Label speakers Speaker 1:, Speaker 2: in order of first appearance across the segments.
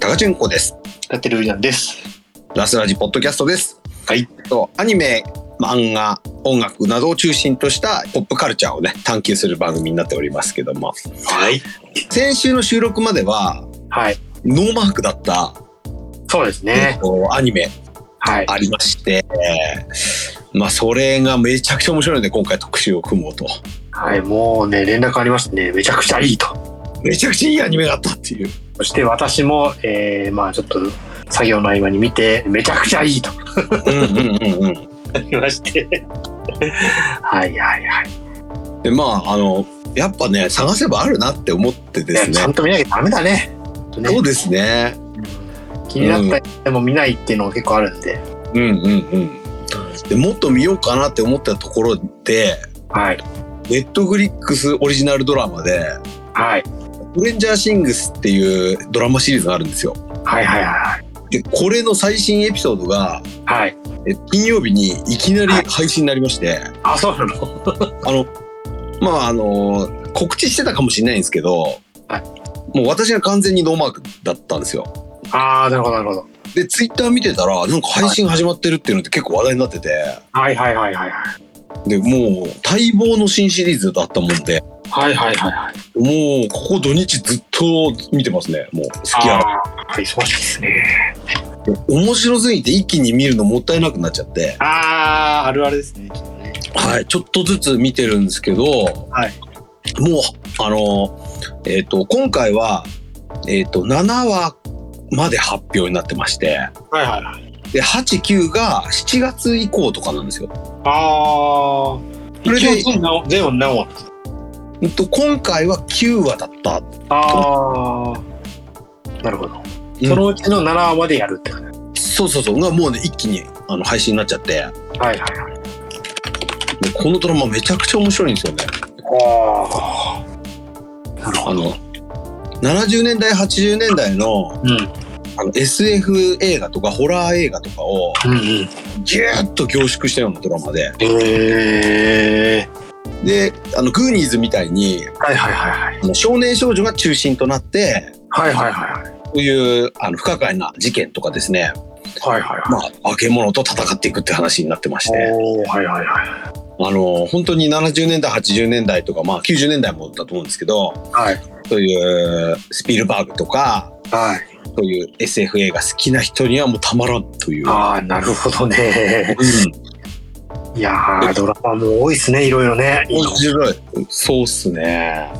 Speaker 1: カチュンコです。
Speaker 2: 立てるじゃんです。
Speaker 1: ラスラジポッドキャストです。
Speaker 2: はい。
Speaker 1: とアニメ、漫画、音楽などを中心としたポップカルチャーをね、探求する番組になっておりますけども、
Speaker 2: はい。
Speaker 1: 先週の収録までは、
Speaker 2: はい。
Speaker 1: ノーマークだった、
Speaker 2: そうですね。
Speaker 1: こうアニメ
Speaker 2: はい。
Speaker 1: ありまして、まあ、それがめちゃくちゃ面白いので、今回特集を組もうと。
Speaker 2: はい。もうね、連絡ありましたね。めちゃくちゃいいと。
Speaker 1: めちゃくちゃいいアニメがあったっていう。
Speaker 2: そして私も、えー、まあちょっと、作業の合間に見て、めちゃくちゃいいと。
Speaker 1: うんうんうんうん。
Speaker 2: なりまして。はいはいはい。
Speaker 1: でまああのやっぱね探せばあるなって思ってで
Speaker 2: いや
Speaker 1: す
Speaker 2: ちゃ
Speaker 1: ね
Speaker 2: んと見なきゃダメだね。ほんとね
Speaker 1: そうですね
Speaker 2: 気になったりでも見ないっていうのが結構あるんで。
Speaker 1: うんうんうんでもっと見ようかなって思ったところで
Speaker 2: はい。
Speaker 1: ネットフリックスオリジナルドラマで
Speaker 2: はい。
Speaker 1: 「トレンジャーシングス」っていうドラマシリーズがあるんですよ
Speaker 2: はいはいはい。
Speaker 1: でこれの最新エピソードが
Speaker 2: はい。
Speaker 1: え金曜日にいきなり配信になりまして、
Speaker 2: あ、そうなの
Speaker 1: あのまああの告知してたかもしれないんですけど、
Speaker 2: は
Speaker 1: もう私が完全にノーマークだったんですよ
Speaker 2: ああ、なるほどなるほど。
Speaker 1: でツイッター見てたらなんか配信始まってるっていうのって結構話題になってて、
Speaker 2: はいはいはいはいはい。
Speaker 1: でもう待望の新シリーズだったもんで
Speaker 2: はいはいはいはい。
Speaker 1: もうここ土日ずっと見てますねもう好きや
Speaker 2: あーはい、そうですね。
Speaker 1: 面白すぎて一気に見るのもったいなくなっちゃって、
Speaker 2: ああ、あるあるですね。ちょっとね
Speaker 1: はい、ちょっとずつ見てるんですけど、
Speaker 2: はい
Speaker 1: もうあのえっ、と今回は、えっと7話まで発表になってまして
Speaker 2: はいはいはい。
Speaker 1: で89が7月以降とかなんですよ。
Speaker 2: ああ。
Speaker 1: それで、
Speaker 2: 全部全部何話
Speaker 1: うんと、今回は9話だった
Speaker 2: ああ。なるほど。
Speaker 1: うん
Speaker 2: そのうちの7話までやるって感
Speaker 1: そうそうそうがもうね一気にあの配信になっちゃって
Speaker 2: じ。はいはいはい。
Speaker 1: でこのドラマめちゃくちゃ面白いんですよね
Speaker 2: ああ。なる
Speaker 1: あ
Speaker 2: ほど。
Speaker 1: の70年代80年代の
Speaker 2: うん。
Speaker 1: あの SF 映画とかホラー映画とかを
Speaker 2: うんうん。
Speaker 1: ギューッと凝縮したようなドラマで
Speaker 2: ええ
Speaker 1: であのグーニーズみたいに
Speaker 2: はいはいはいはい。
Speaker 1: あの少年少女が中心となって
Speaker 2: はいはいはい。
Speaker 1: こういうあの不可解な事件とかですね、
Speaker 2: はいはい
Speaker 1: ま
Speaker 2: は
Speaker 1: あ、化け物と戦っていくって話になってまし
Speaker 2: い。
Speaker 1: て
Speaker 2: おおはいはいはい。
Speaker 1: あの本当に70年代80年代とか、まあ、90年代もだと思うんですけど
Speaker 2: はい。
Speaker 1: そういうスピルバーグとか
Speaker 2: はい。
Speaker 1: そういう SF 映画好きな人にはもうたまらんという。
Speaker 2: ああ、なるほどね。
Speaker 1: うん、
Speaker 2: いやー、ドラマも多いですね、いろいろね。いいの
Speaker 1: 面白い。そうっすね。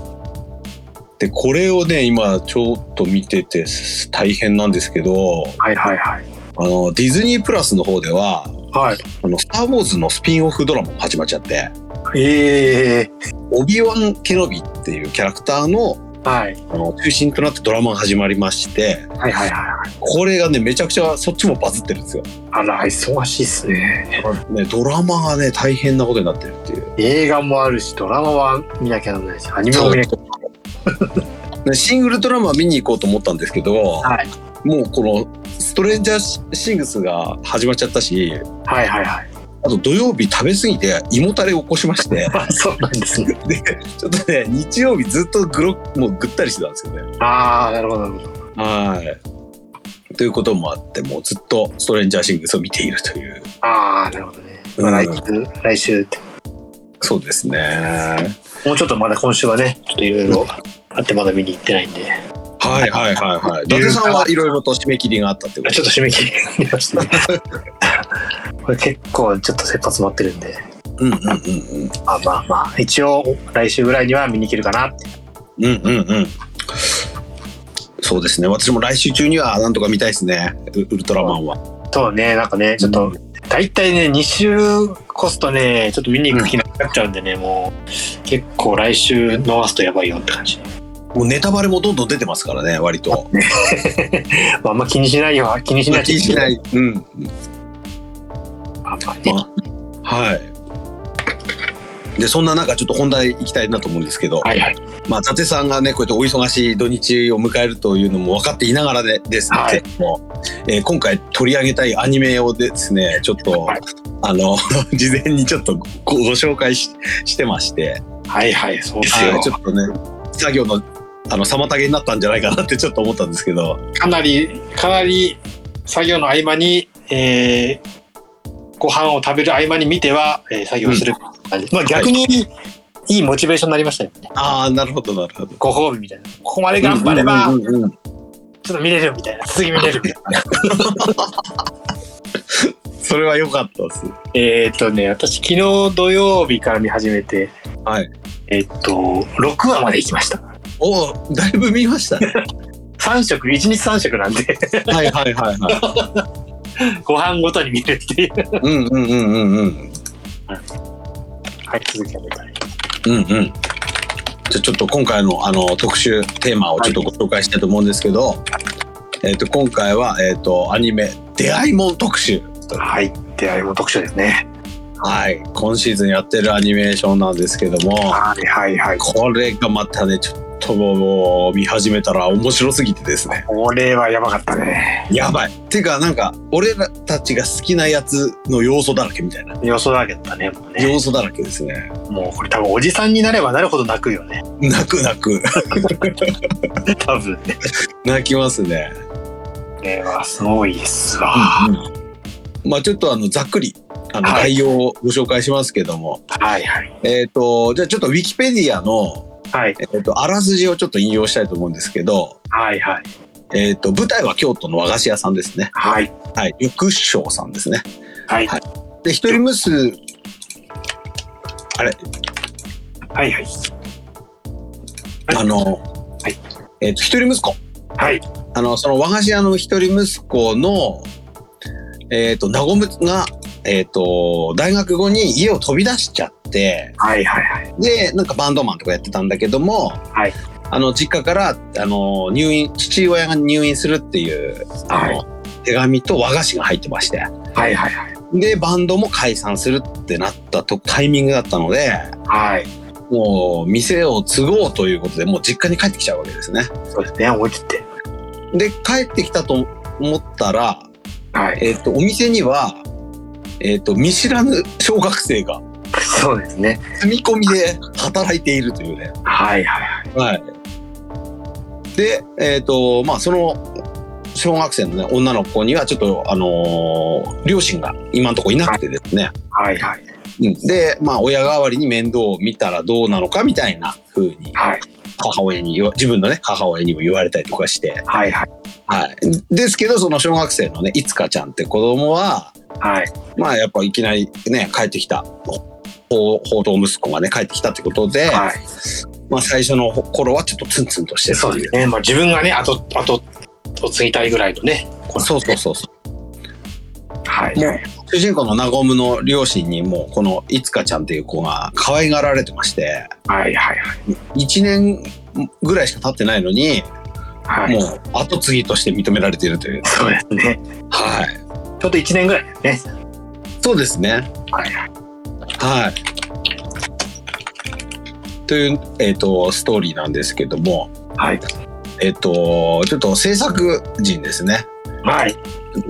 Speaker 1: で、これをね、今ちょっと見てて大変なんですけど、
Speaker 2: はいはいはい。
Speaker 1: あの、ディズニープラスの方では、
Speaker 2: はい。
Speaker 1: あの、スター・ウォーズのスピンオフドラマも始まっちゃって、
Speaker 2: ええ
Speaker 1: オビワン・ケノビっていうキャラクターの
Speaker 2: はい。
Speaker 1: あの中心となってドラマが始まりまして、
Speaker 2: はいはいはい。
Speaker 1: これがね、めちゃくちゃそっちもバズってるんですよ。
Speaker 2: あら、忙しいっすね。
Speaker 1: ね、ドラマがね、大変なことになってるっていう。
Speaker 2: 映画もあるし、ドラマは見なきゃならないし、アニメも見なき ゃ。
Speaker 1: ねシングルドラマ見に行こうと思ったんですけど、
Speaker 2: はい
Speaker 1: もうこの「ストレンジャーシングス」が始まっちゃったし
Speaker 2: はいはいはい。
Speaker 1: あと土曜日食べ過ぎて胃もたれを起こしまして
Speaker 2: あそうなんですね。
Speaker 1: ちょっとね日曜日ずっとぐろもうぐったりしてたんですよね。
Speaker 2: ああ、なるほどなるほど。
Speaker 1: はいということもあってもうずっと「ストレンジャーシングス」を見ているという
Speaker 2: ああ、なるほどね。まあ、来週、来週って。
Speaker 1: そうですね
Speaker 2: もうちょっとまだ今週はね、ちょっといろいろあってまだ見に行ってないんで。
Speaker 1: はいはいはいはい伊達さんはいろいろと締め切りがあったってこ
Speaker 2: あ
Speaker 1: と
Speaker 2: ちょっと締め切りがありましたね。これ結構ちょっと切羽詰まってるんで。
Speaker 1: うんうんうんうん
Speaker 2: まあまあまあ、一応来週ぐらいには見に行けるかなって。
Speaker 1: うんうんうん。そうですね。私も来週中にはなんとか見たいですね。ウウルトラマンは。
Speaker 2: そうね、なんかね、ちょっと、大体ね、2週越すとね、ちょっと見に行く気なくなっちゃうんでね、もう、結構来週逃すとやばいよって感じ。
Speaker 1: もうネタバレもどんどん出てますからね、割と。
Speaker 2: まあ、あんま気にしないよ、気にしない。。
Speaker 1: 気にしないい。うん。
Speaker 2: あまあね
Speaker 1: まはい。で、そんな中、ちょっと本題行きたいなと思うんですけど、
Speaker 2: はいはい。
Speaker 1: まあ、伊達さんがね、こうやってお忙しい土日を迎えるというのも分かっていながらでですね、
Speaker 2: はい
Speaker 1: もえー今回取り上げたいアニメをですね、ちょっと、
Speaker 2: はい
Speaker 1: あの、 事前にちょっとごご紹介ししてまして、
Speaker 2: はいはい、そうですよ。
Speaker 1: はい、ちょっとね、作業のあの妨げになったんじゃないかなってちょっと思ったんですけど
Speaker 2: かなりかなり作業の合間に、えー、ご飯を食べる合間に見ては、えー作業する感じ、まあ逆に、い、いモチベーションになりましたよね
Speaker 1: ああなるほどなるほど
Speaker 2: ご褒美みたいなここまで頑張れば、
Speaker 1: うんうんうんうん
Speaker 2: ちょっと見れるみたいな次見れるみたいな
Speaker 1: それは良かったです
Speaker 2: えーっとね私昨日土曜日から見始めて
Speaker 1: はい
Speaker 2: えーっと6話まで行きました
Speaker 1: おおだいぶ見ましたね
Speaker 2: 3食1日3食なんで
Speaker 1: はいはいはいは
Speaker 2: ご飯ごとに見るっていう
Speaker 1: いうんうんうんうんうん
Speaker 2: はい続きをお願いします
Speaker 1: うんうんじゃあちょっと今回のあの特集テーマをちょっとご紹介したいと思うんですけど、えっと今回は、えっとアニメ「出会いもん」特集
Speaker 2: はい出会いも特集ですね
Speaker 1: はい今シーズンやってるアニメーションなんですけども
Speaker 2: はいはいはい
Speaker 1: これがまたねちょっともう見始めたら面白すぎてですね
Speaker 2: これはやばかったね
Speaker 1: やばいっていうかなんか俺らたちが好きなやつの要素だらけみたいな
Speaker 2: 予想だけだったねもうね
Speaker 1: 要素だらけですね
Speaker 2: もうこれ多分おじさんになればなるほど泣くよね
Speaker 1: 泣く泣く
Speaker 2: 多分ね
Speaker 1: 泣きますね
Speaker 2: これはすごいですわ、
Speaker 1: まあちょっとあのざっくりあの
Speaker 2: はい
Speaker 1: 概要をご紹介しますけども、
Speaker 2: はいはい
Speaker 1: えっ、とじゃあちょっとウィキペディアの、
Speaker 2: はい
Speaker 1: えー、とあらすじをちょっと引用したいと思うんですけど、
Speaker 2: はいはい
Speaker 1: えっと舞台は京都の和菓子屋さんですね
Speaker 2: はい
Speaker 1: はい緑章さんですね
Speaker 2: はい
Speaker 1: はいで一人娘あれ
Speaker 2: はいはいはい
Speaker 1: あの、
Speaker 2: い
Speaker 1: えっ、と、一人息子。
Speaker 2: はい
Speaker 1: あの、その和菓子屋の一人息子の、えっ、と、なごむが、えっ、と、大学後に家を飛び出しちゃって、
Speaker 2: はいはい
Speaker 1: で、なんかバンドマンとかやってたんだけども、
Speaker 2: はい
Speaker 1: あの、実家から、あの、入院、父親が入院するっていう、あの、手紙と和菓子が入ってまして、
Speaker 2: はいはいはい
Speaker 1: で、バンドも解散するってなったとタイミングだったので、
Speaker 2: はい
Speaker 1: もう、店を継ごうということで、もう実家に帰ってきちゃうわけですね。
Speaker 2: そうですね思い切って
Speaker 1: で帰ってきたと思ったら、
Speaker 2: はい
Speaker 1: えっとお店には、えっと見知らぬ小学生が
Speaker 2: そうですね
Speaker 1: 住み込みで働いているというね。
Speaker 2: はいはい
Speaker 1: はい、で、えっとまあ、その小学生の、ね、女の子にはちょっと、あのー両親が今のところいなくてですね、
Speaker 2: はいはい
Speaker 1: うんで、まあ、親代わりに面倒を見たらどうなのかみたいな風に
Speaker 2: はい
Speaker 1: 母親に言わ自分のね母親にも言われたりとかして。
Speaker 2: はいはい
Speaker 1: はい、ですけどその小学生のねいつかちゃんって子供は
Speaker 2: はい
Speaker 1: まあやっぱいきなりね帰ってきた報報道息子がね帰ってきたってことで、
Speaker 2: はい
Speaker 1: まあ、最初の頃はちょっとツンツンとしてる
Speaker 2: そう
Speaker 1: って
Speaker 2: で
Speaker 1: いう
Speaker 2: すね、まあ、自分がねあとあとを継ぎたいぐらいのね
Speaker 1: そうそうそうそう
Speaker 2: はい
Speaker 1: もう主人公のナゴムの両親にもうこのいつかちゃんっていう子が可愛がられてまして
Speaker 2: はいはい
Speaker 1: 1年ぐらいしか経ってないのに、
Speaker 2: はいはい
Speaker 1: もう後継ぎとして認められているという
Speaker 2: そうですね
Speaker 1: はい
Speaker 2: ちょっと1年ぐらいですね
Speaker 1: そうですね
Speaker 2: はいはい
Speaker 1: はい。という、えー、とストーリーなんですけども、
Speaker 2: はい
Speaker 1: えっ、と、ちょっと制作陣ですね。
Speaker 2: はい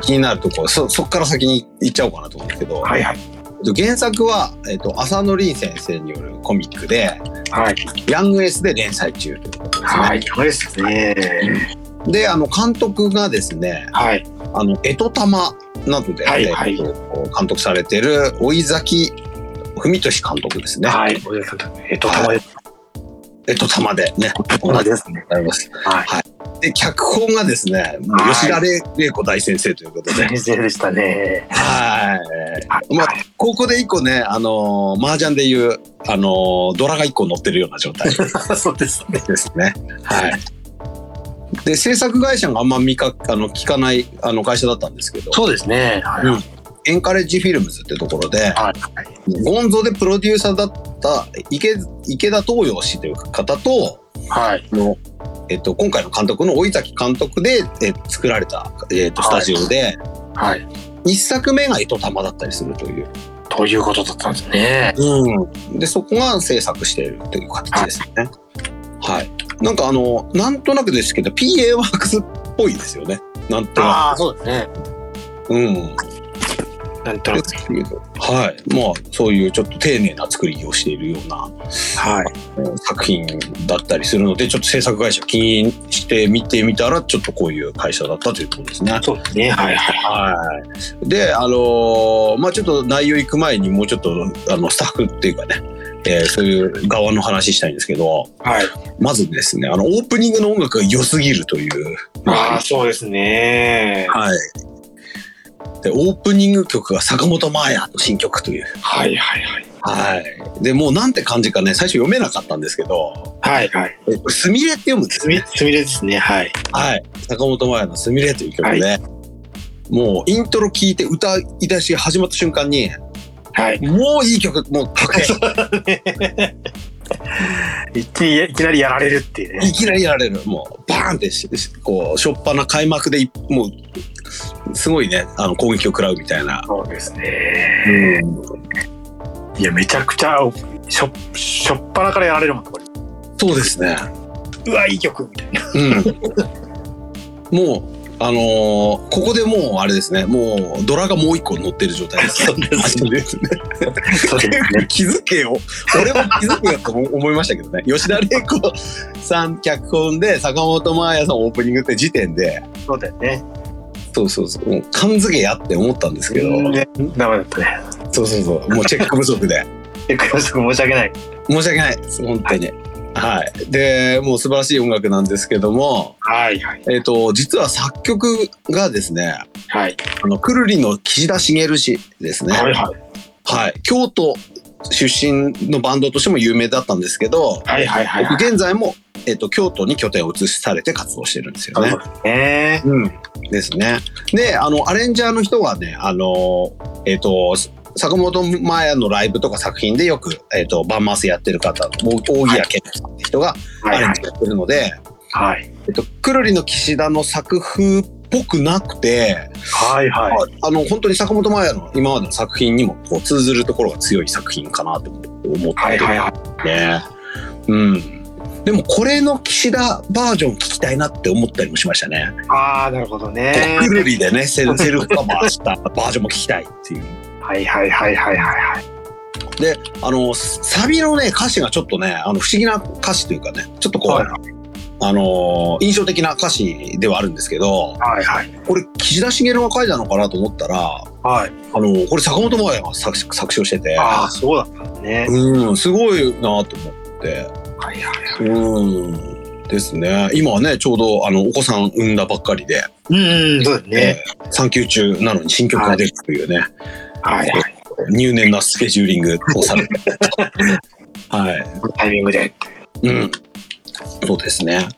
Speaker 1: 気になるところ、そ、そこから先に行っちゃおうかなと思うんですけど、
Speaker 2: はいはい
Speaker 1: えっと原作は、えっ、と、浅野凛先生によるコミックで、
Speaker 2: はい
Speaker 1: ヤングエースで連載中ということですね。
Speaker 2: はい、これですね。
Speaker 1: で、あの、監督がですね、
Speaker 2: はい、
Speaker 1: あの、えとたまなどで、
Speaker 2: はいはい
Speaker 1: えっと監督されてる、追い崎文俊監督ですね。
Speaker 2: はい、えっと、たまです。
Speaker 1: えっと、たまでね、同じで
Speaker 2: ですね。
Speaker 1: ございます。
Speaker 2: はい、
Speaker 1: で脚本がですね、もう
Speaker 2: はい
Speaker 1: 吉田玲玲子大先生ということ で、
Speaker 2: 先生でしたね。
Speaker 1: はい。
Speaker 2: はい、
Speaker 1: まあここで一個ね、あのー麻雀でいうあのードラが一個乗ってるような状態
Speaker 2: そうですね。
Speaker 1: ですね。はい。で制作会社があんま見かあの聞かないあの会社だったんですけど、
Speaker 2: そうですね。はい、はい、
Speaker 1: エンカレッジフィルムズってところで、
Speaker 2: はい、
Speaker 1: ゴンゾでプロデューサーだった池池田東洋氏という方と。
Speaker 2: はい、
Speaker 1: の、えっと、今回の監督の追崎監督で、え作られた、えっと、スタジオで、
Speaker 2: はい、
Speaker 1: 一作目が糸玉だったりするという、
Speaker 2: ということだったんですね。
Speaker 1: でそこが制作しているという形ですね。はい、なんかあのなんとなくですけど PA ワークスっぽいですよねなんとな
Speaker 2: ああ、そうですね。
Speaker 1: く。うん
Speaker 2: なんとなく。
Speaker 1: ですけどはい。まあ、そういうちょっと丁寧な作りをしているような
Speaker 2: はい。
Speaker 1: 作品だったりするので、ちょっと制作会社気にして見てみたら、ちょっとこういう会社だったということですね。
Speaker 2: そうですね。はいはい。
Speaker 1: はい。で、あのーまあちょっと内容行く前にもうちょっと、あの、スタッフっていうかね、えーそういう側の話したいんですけど、
Speaker 2: はい。
Speaker 1: まずですね、あの、オープニングの音楽が良すぎるという。
Speaker 2: ああ、そうですね。
Speaker 1: はい。で、オープニング曲が坂本真綾の新曲という。
Speaker 2: はいはいはい。
Speaker 1: はい。で、もうなんて感じかね、最初読めなかったんですけど、
Speaker 2: はいはい。
Speaker 1: えこれすみれって読むんです
Speaker 2: すみ
Speaker 1: ね。
Speaker 2: すみれですね。はい。
Speaker 1: はい。坂本真綾のすみれという曲で、もうイントロ聞いて歌い出しが始まった瞬間に、
Speaker 2: はい。
Speaker 1: もういい曲、もう確定。
Speaker 2: いきいきなりやられるっていうね。
Speaker 1: いきなりやられる。もう、バーンってし、しこう、しょっぱな開幕でい、もう、すごいね、あの、攻撃を食らうみたいな。
Speaker 2: そうですね。いや、めちゃくちゃ、しょ、しょっぱなからやられるもん、これ。
Speaker 1: そうですね。
Speaker 2: うわ、いい曲みたいな。
Speaker 1: うん。 もう、あのーここでもう、あれですね、もう、ドラがもう一個乗ってる状態です。
Speaker 2: そうです
Speaker 1: マジですね。
Speaker 2: そうですね。
Speaker 1: 気づけよ。俺も気づけよと思思いましたけどね。吉田玲子さん脚本で、坂本真綾さんオープニングって時点で、
Speaker 2: そうだよね。
Speaker 1: そうそうそう、もう勘付けやって思ったんですけど、
Speaker 2: ねダメだったね。
Speaker 1: そうそうそう、もうチェック不足で。
Speaker 2: 結構申し訳ない。
Speaker 1: 申し訳ないです本当に。はい、でもう素晴らしい音楽なんですけども、
Speaker 2: はいはい。
Speaker 1: えっと実は作曲がですね
Speaker 2: はい。
Speaker 1: あのくるりの岸田茂氏ですね、
Speaker 2: は
Speaker 1: はいい
Speaker 2: は
Speaker 1: 京都出身のバンドとしても有名だったんですけど、
Speaker 2: い。はいはいはい。
Speaker 1: 現在も、えっと京都に拠点を移されて活動してるんですよね。
Speaker 2: ね。
Speaker 1: うん、ですね。であのアレンジャーの人はねあの、えっと坂本真綾のライブとか作品でよく、えっとバンマスやってる方大木谷健人さんって人が
Speaker 2: は
Speaker 1: ア
Speaker 2: い
Speaker 1: レ
Speaker 2: は
Speaker 1: ン
Speaker 2: い
Speaker 1: ジ。やってるので、
Speaker 2: はい。
Speaker 1: えっと、くるりの岸田の作風っぽくなくて、
Speaker 2: はいはい。
Speaker 1: あの本当に坂本真綾の今までの作品にもこう通ずるところが強い作品かなと思ってるんで、
Speaker 2: はいはいはい。
Speaker 1: うん、でもこれの岸田バージョン聞きたいなって思ったりもしましたね。
Speaker 2: ああ、なるほどね。
Speaker 1: こうくるりでねセルセルフカバーしたバージョンも聞きたいっていう。
Speaker 2: はいはいはいはいはいはい。
Speaker 1: であのサビのね歌詞がちょっとねあの不思議な歌詞というかねちょっとこう、
Speaker 2: はい
Speaker 1: あの印象的な歌詞ではあるんですけど。
Speaker 2: はいはい。
Speaker 1: これ岸田茂が書いたのかなと思ったら
Speaker 2: はい。
Speaker 1: あのこれ坂本真綾が作詞作詞をしてて
Speaker 2: ああ、そうだったんだね。
Speaker 1: うんすごいなと思って
Speaker 2: はいはいはい。
Speaker 1: うんですね今はねちょうどあのお子さん産んだばっかりで、
Speaker 2: うんうん、そうですね。
Speaker 1: えー産休中なのに新曲が出るというね、
Speaker 2: はいはい。
Speaker 1: 入念なスケジューリングをされてはい
Speaker 2: このタイミングで。
Speaker 1: うん、そうですね。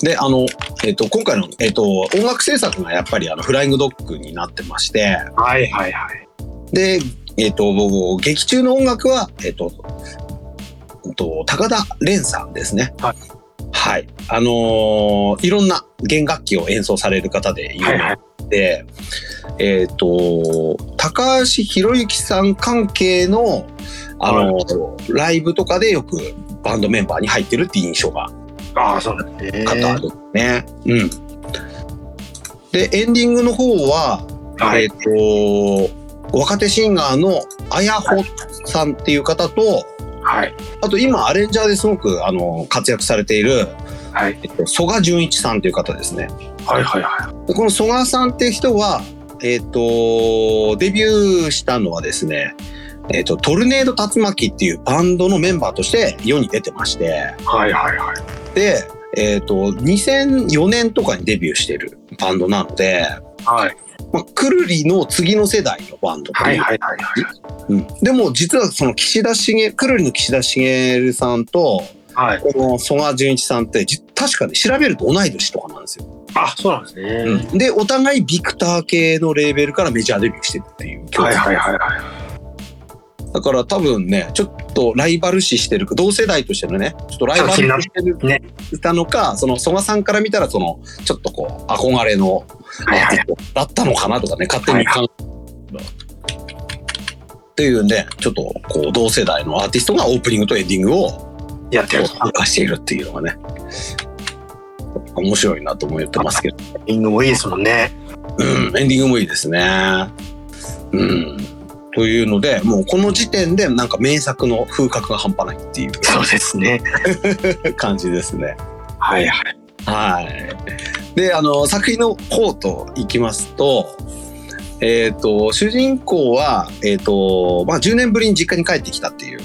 Speaker 1: で、あの、えっ、と、今回の、えっ、と、音楽制作がやっぱり、あの、フライングドッグになってまして、
Speaker 2: はいはいはい。
Speaker 1: で、えっ、と、僕劇中の音楽は、えっ、と、うんと高田蓮さんですね。
Speaker 2: はい。
Speaker 1: はい。あのーいろんな弦楽器を演奏される方で有
Speaker 2: はいは
Speaker 1: 名
Speaker 2: い。
Speaker 1: で、えっ、と、高橋博之さん関係の、あのーライブとかでよくバンドメンバーに入ってるっていう印象が
Speaker 2: ああ、そうなんだね。
Speaker 1: 方ですね。うん。で、エンディングの方は、
Speaker 2: はい
Speaker 1: えっ、と、若手シンガーのあやほさんっていう方と、
Speaker 2: はい。
Speaker 1: あと今アレンジャーですごくあの活躍されている、
Speaker 2: はい
Speaker 1: えっと、曽我純一さんという方ですね。
Speaker 2: はいはいは
Speaker 1: でこの曽我さんっていう人は、えっと、デビューしたのはですね、えっと、トルネード竜巻っていうバンドのメンバーとして世に出てまして、
Speaker 2: い。はいはいはい。
Speaker 1: で、えっと2004年とかにデビューしてるバンドなので、
Speaker 2: はい
Speaker 1: まあ、くるりの次の世代のバンドって
Speaker 2: はいいうはいはい。
Speaker 1: うんでも実はその岸田茂くるりの岸田茂さんと
Speaker 2: はい。
Speaker 1: この曽我純一さんってじ確かね調べると同い年とかなんですよ、
Speaker 2: あ、そうなんですね。
Speaker 1: でお互いビクター系のレーベルからメジャーデビューしてるっていう
Speaker 2: はいはいはいはい。
Speaker 1: だから多分ねちょっとライバル視してる同世代としてのねちょっとライバル視してる
Speaker 2: ね
Speaker 1: たのかその曽我さんから見たらそのちょっとこう憧れの
Speaker 2: はいはいはい。
Speaker 1: だったのかなとかね勝手に考えっていうんでちょっとこう同世代のアーティストがオープニングとエンディングを
Speaker 2: やってる。
Speaker 1: 参加しているっていうのがね面白いなと思ってますけど、
Speaker 2: リングもいいですもんね。
Speaker 1: うん、エンディングもいいですねうん。というので、もうこの時点でなんか名作の風格が半端ないってい
Speaker 2: そうですね。
Speaker 1: う感じですね。
Speaker 2: はいはい。
Speaker 1: はい。で、あの、作品の方といきますと、えっ、と、主人公は、えっ、と、まあ、10年ぶりに実家に帰ってきたっていう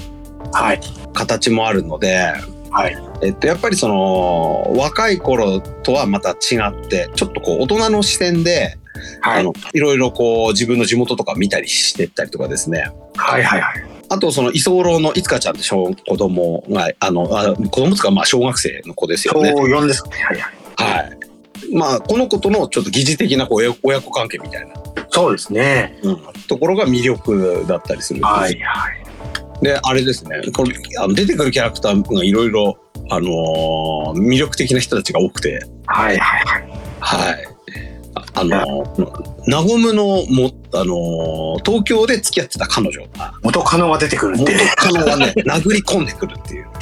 Speaker 2: はい。
Speaker 1: 形もあるので、
Speaker 2: はい。
Speaker 1: えっと、やっぱりその若い頃とはまた違ってちょっとこう大人の視点で、
Speaker 2: はい
Speaker 1: あ。のいろいろこう自分の地元とか見たりしてったりとかですね
Speaker 2: はいはいはい。
Speaker 1: あとその居候のいつかちゃんって小子供があのあ子供つかまあ小学生の子ですよね。
Speaker 2: そう、4ですね。はいはい。
Speaker 1: はいまあ、この子とのちょっと疑似的なこう親親子関係みたいな、
Speaker 2: そうですね。
Speaker 1: ところが魅力だったりするんですよ
Speaker 2: はいはい。
Speaker 1: であれですねこれあの出てくるキャラクターがいろいろ、あのー魅力的な人たちが多くて、
Speaker 2: はいはいはい。
Speaker 1: はい。ああの、ナゴムのも、あの、東京で付き合ってた彼女が、
Speaker 2: 元カノが出てくるっ
Speaker 1: 元
Speaker 2: て。
Speaker 1: カノがね、 殴り込んでくるっていう。
Speaker 2: もう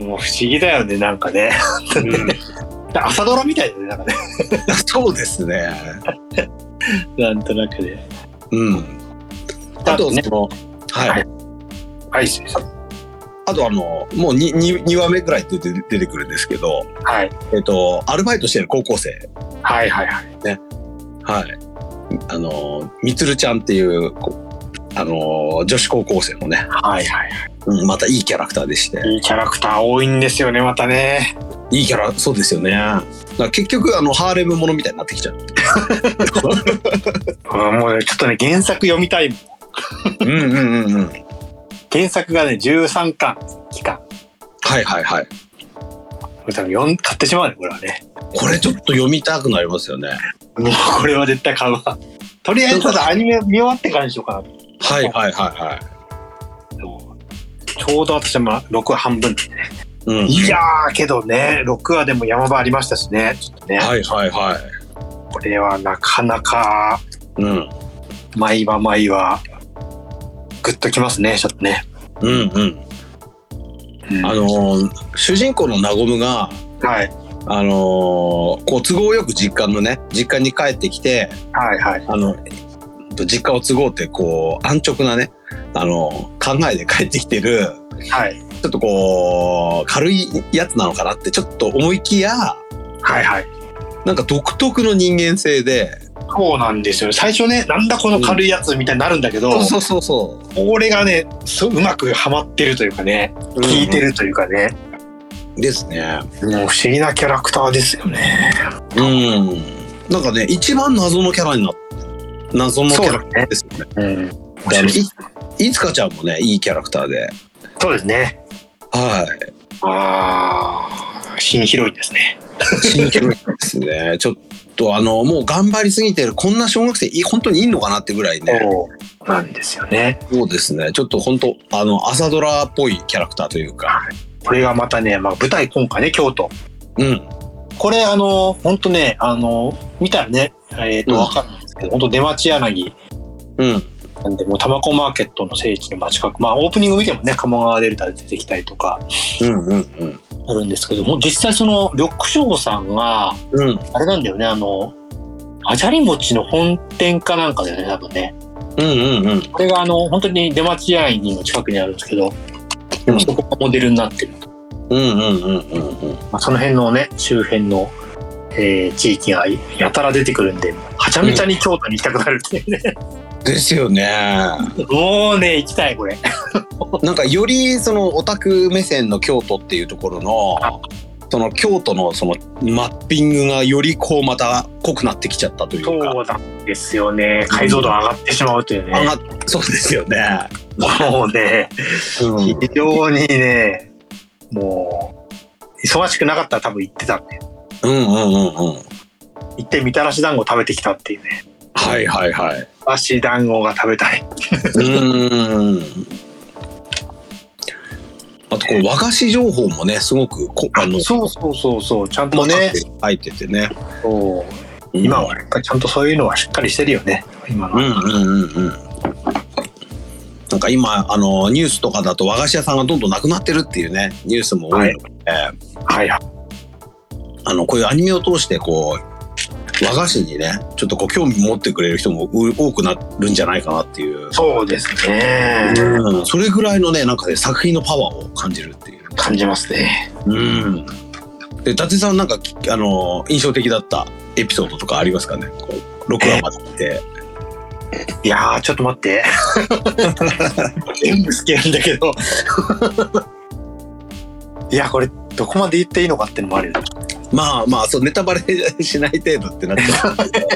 Speaker 2: 不思議だよね、なんかね。朝ドラみたいだね、なんかね。
Speaker 1: そうですね。
Speaker 2: なんとなくで。
Speaker 1: うん。あと、
Speaker 2: ね
Speaker 1: その、は
Speaker 2: はいい。はい、失礼しまし
Speaker 1: あと、あの、もう 2, 2, 話目ぐらいで出て出てくるんですけど、
Speaker 2: たはい。
Speaker 1: えっと、アルバイトしてる高校生、
Speaker 2: はいはいはい。
Speaker 1: はい。あの、みつるちゃんっていう、こあの、女子高校生のね、
Speaker 2: はいはい。
Speaker 1: うんまたいいキャラクターでして。
Speaker 2: いいキャラクター多いんですよね、またね。
Speaker 1: いいキャラ、そうですよね。だから結局、あの、ハーレムものみたいになってきちゃう。
Speaker 2: うん、もうちょっとね、原作読みたいもん。
Speaker 1: うんうんうんうん。
Speaker 2: 原作がね、13巻、期間。
Speaker 1: はいはいはい。
Speaker 2: これ多分読ん買ってしまうね、これはね。
Speaker 1: これちょっと読みたくなりますよね。
Speaker 2: もうこれは絶対買うわ。とりあえずただアニメ見終わってからにしようかなと
Speaker 1: はいはいはいは
Speaker 2: 思う。ちょうど私はまあ6話半分。
Speaker 1: い。うん。
Speaker 2: いやー、けどね、6話でも山場ありましたしね。ちょっとね、
Speaker 1: はいはいはい。
Speaker 2: これはなかなか、
Speaker 1: うん。
Speaker 2: 毎話毎話、グッときますね、ちょっとね。
Speaker 1: うんうん。
Speaker 2: うん
Speaker 1: あのー主人公のナゴムが、
Speaker 2: はい、
Speaker 1: あのーこう都合よく実家のね、実家に帰ってきて、
Speaker 2: はい、はい。
Speaker 1: あの、実家を都合ってこう、安直なね、あのー考えで帰ってきてる、
Speaker 2: はい、
Speaker 1: ちょっとこう、軽いやつなのかなってちょっと思いきや、
Speaker 2: はい、はい。
Speaker 1: なんか独特の人間性で、
Speaker 2: そうなんですよ。最初ね、なんだこの軽いやつみたいになるんだけど、
Speaker 1: そうそうそうそう。
Speaker 2: これがね、そううまくハマってるというかね、効いてるというかね、
Speaker 1: ですね。
Speaker 2: もう不思議なキャラクターですよね。
Speaker 1: うん。なんかね、一番謎のキャラになっ謎のキャラクターですよね。
Speaker 2: うん。
Speaker 1: であのいいつかちゃんもね、いいキャラクターで。
Speaker 2: そうですね。
Speaker 1: は
Speaker 2: ああ、新ヒロインですね。
Speaker 1: い。新キャラですね。ちょっとあの、もう頑張りすぎてる、こんな小学生、い本当にいいのかなってぐらいね。
Speaker 2: そうなんですよね。
Speaker 1: そうですね。ちょっと本当、あの、朝ドラっぽいキャラクターというか。
Speaker 2: これがまたね、まあ、舞台今回ね、京都。
Speaker 1: うん。
Speaker 2: これ、あの、本当ね、あの、見たらね、えっ、と、
Speaker 1: うん
Speaker 2: わかるんですけど、本当出町柳
Speaker 1: うん。
Speaker 2: なんで、もう、タマコマーケットの聖地の街角、まあ、オープニング見てもね、鴨川デルタで出てきたりとか、
Speaker 1: うんうんうん。
Speaker 2: あるんですけども、実際その、緑章さんが、
Speaker 1: うん。
Speaker 2: あれなんだよね、あの、あじゃり餅の本店かなんかだよね、多分ね。
Speaker 1: うんうんうん。
Speaker 2: これがあの、本当に出町柳の近くにあるんですけど、でもそこがモデルになってる。
Speaker 1: うんうんうんうんうん。
Speaker 2: まあ、その辺のね、周辺の、えー地域がやたら出てくるんで、はちゃめちゃに京都に行きたくなるっていうね。
Speaker 1: ですよね。
Speaker 2: もうね、行きたい、これ。
Speaker 1: なんかよりそのオタク目線の京都っていうところのその京都のそのマッピングがよりこうまた濃くなってきちゃったというか
Speaker 2: そうなんですよね。解像度上がってしまうという
Speaker 1: 上
Speaker 2: ね。
Speaker 1: がそうですよね。
Speaker 2: もうね、
Speaker 1: うん
Speaker 2: 非常にね、もう、忙しくなかったら多分行ってたんで、
Speaker 1: うんうんうんうん。
Speaker 2: 行ってみたらし団子食べてきたっていうね。
Speaker 1: はいはいはい。
Speaker 2: みたらし団子が食べたい。
Speaker 1: うん。あとこの和菓子情報もねすごくこあの
Speaker 2: そうそうそうそう、ちゃんと
Speaker 1: 細か
Speaker 2: ね
Speaker 1: く、入っててね。
Speaker 2: そ
Speaker 1: うん
Speaker 2: う今はやっぱりちゃんとそういうのはしっかりしてるよね、今の。
Speaker 1: うんうんうんうん。なんか今あのニュースとかだと和菓子屋さんがどんどんなくなってるっていうねニュースも多いので、
Speaker 2: はいはい。
Speaker 1: あのこういうアニメを通してこう和菓子にね、ちょっとこう興味持ってくれる人もう多くなるんじゃないかなっていう。
Speaker 2: そうですね。
Speaker 1: うん、それぐらいのね、なんかね、作品のパワーを感じるっていう。
Speaker 2: 感じますね。
Speaker 1: うん。で、伊達さんなんかき、あの、印象的だったエピソードとかありますかね。こう6話まで行って。
Speaker 2: いやー、ちょっと待って。全部好きなんだけど。いや、これ、どこまで言っていいのかってのもあるよね
Speaker 1: まあまあ、そう、ネタバレしない程度ってなってますけど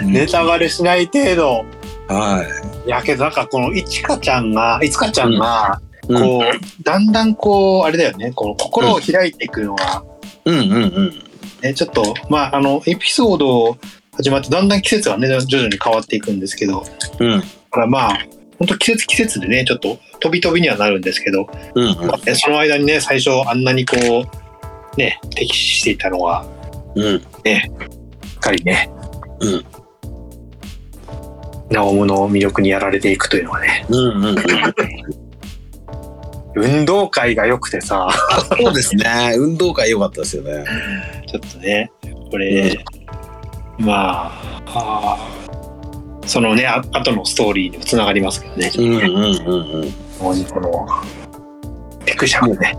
Speaker 1: うん
Speaker 2: ネタバレしない程度。
Speaker 1: はい
Speaker 2: や、けどなんかこの、いちかちゃんが、いつかちゃんが、
Speaker 1: い。
Speaker 2: こう、だんだんこう、あれだよね、こう、心を開いていくのが、
Speaker 1: うん、うん、うん、うん。
Speaker 2: ね、ちょっと、まあ、あの、エピソード始まって、だんだん季節がね、徐々に変わっていくんですけど、だ
Speaker 1: うん、
Speaker 2: からまあ、本当季節季節でね、ちょっと、飛び飛びにはなるんですけど、
Speaker 1: うん、うん。
Speaker 2: まあねその間にね、最初あんなにこう、ね、敵視していたのが、
Speaker 1: うん、
Speaker 2: しっかりね、
Speaker 1: うん。
Speaker 2: ナオムの魅力にやられていくというのはね、
Speaker 1: うん、うん。
Speaker 2: 運動会が良くてさ、
Speaker 1: そうですね。運動会良かったですよね。
Speaker 2: ちょっとね、これ、まあ、あーそのね、あ後のストーリーにもつながりますけどね、
Speaker 1: うんうんうんうん。
Speaker 2: この、ピクシャもね、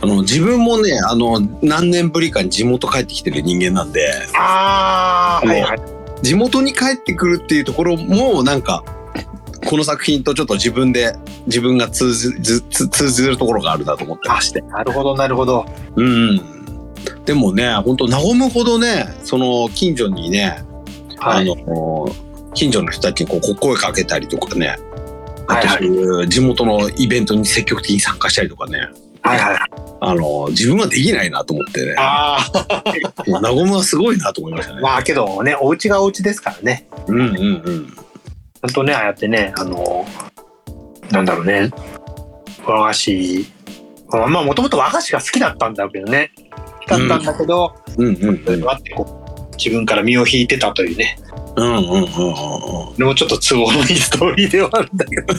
Speaker 1: あの自分もね、あの何年ぶりかに地元帰ってきてる人間なんで、
Speaker 2: ああ、
Speaker 1: ー
Speaker 2: はいはい、
Speaker 1: 地元に帰ってくるっていうところもなんか。この作品とちょっと自分で自分が通じずつ通じるところがあるなと思ってまして、
Speaker 2: なるほど、なるほど。
Speaker 1: うんうん、でもね本当和むほどねその近所にね、
Speaker 2: は
Speaker 1: あ
Speaker 2: い、
Speaker 1: の近所の人たちにこうこう声かけたりとかね、
Speaker 2: はい
Speaker 1: あとそういう地元のイベントに積極的に参加したりとかね、
Speaker 2: はいはい。
Speaker 1: あの自分はできないなと思ってね
Speaker 2: あ
Speaker 1: まあナゴムはすごいなと思いました
Speaker 2: あ、
Speaker 1: ね。
Speaker 2: まあけどね、お家がお家ですからね。
Speaker 1: うんうんうん。
Speaker 2: ちゃんとね、ああやってね、あの、なんだろうね、和菓子、まあ、もともと和菓子が好きだったんだけどね、だったんだけど、
Speaker 1: うんうんうん。
Speaker 2: 待ってこう自分から身を引いてたというね、
Speaker 1: うんうんうんうんうん。
Speaker 2: でもちょっと都合のいいストーリーではあるんだけど。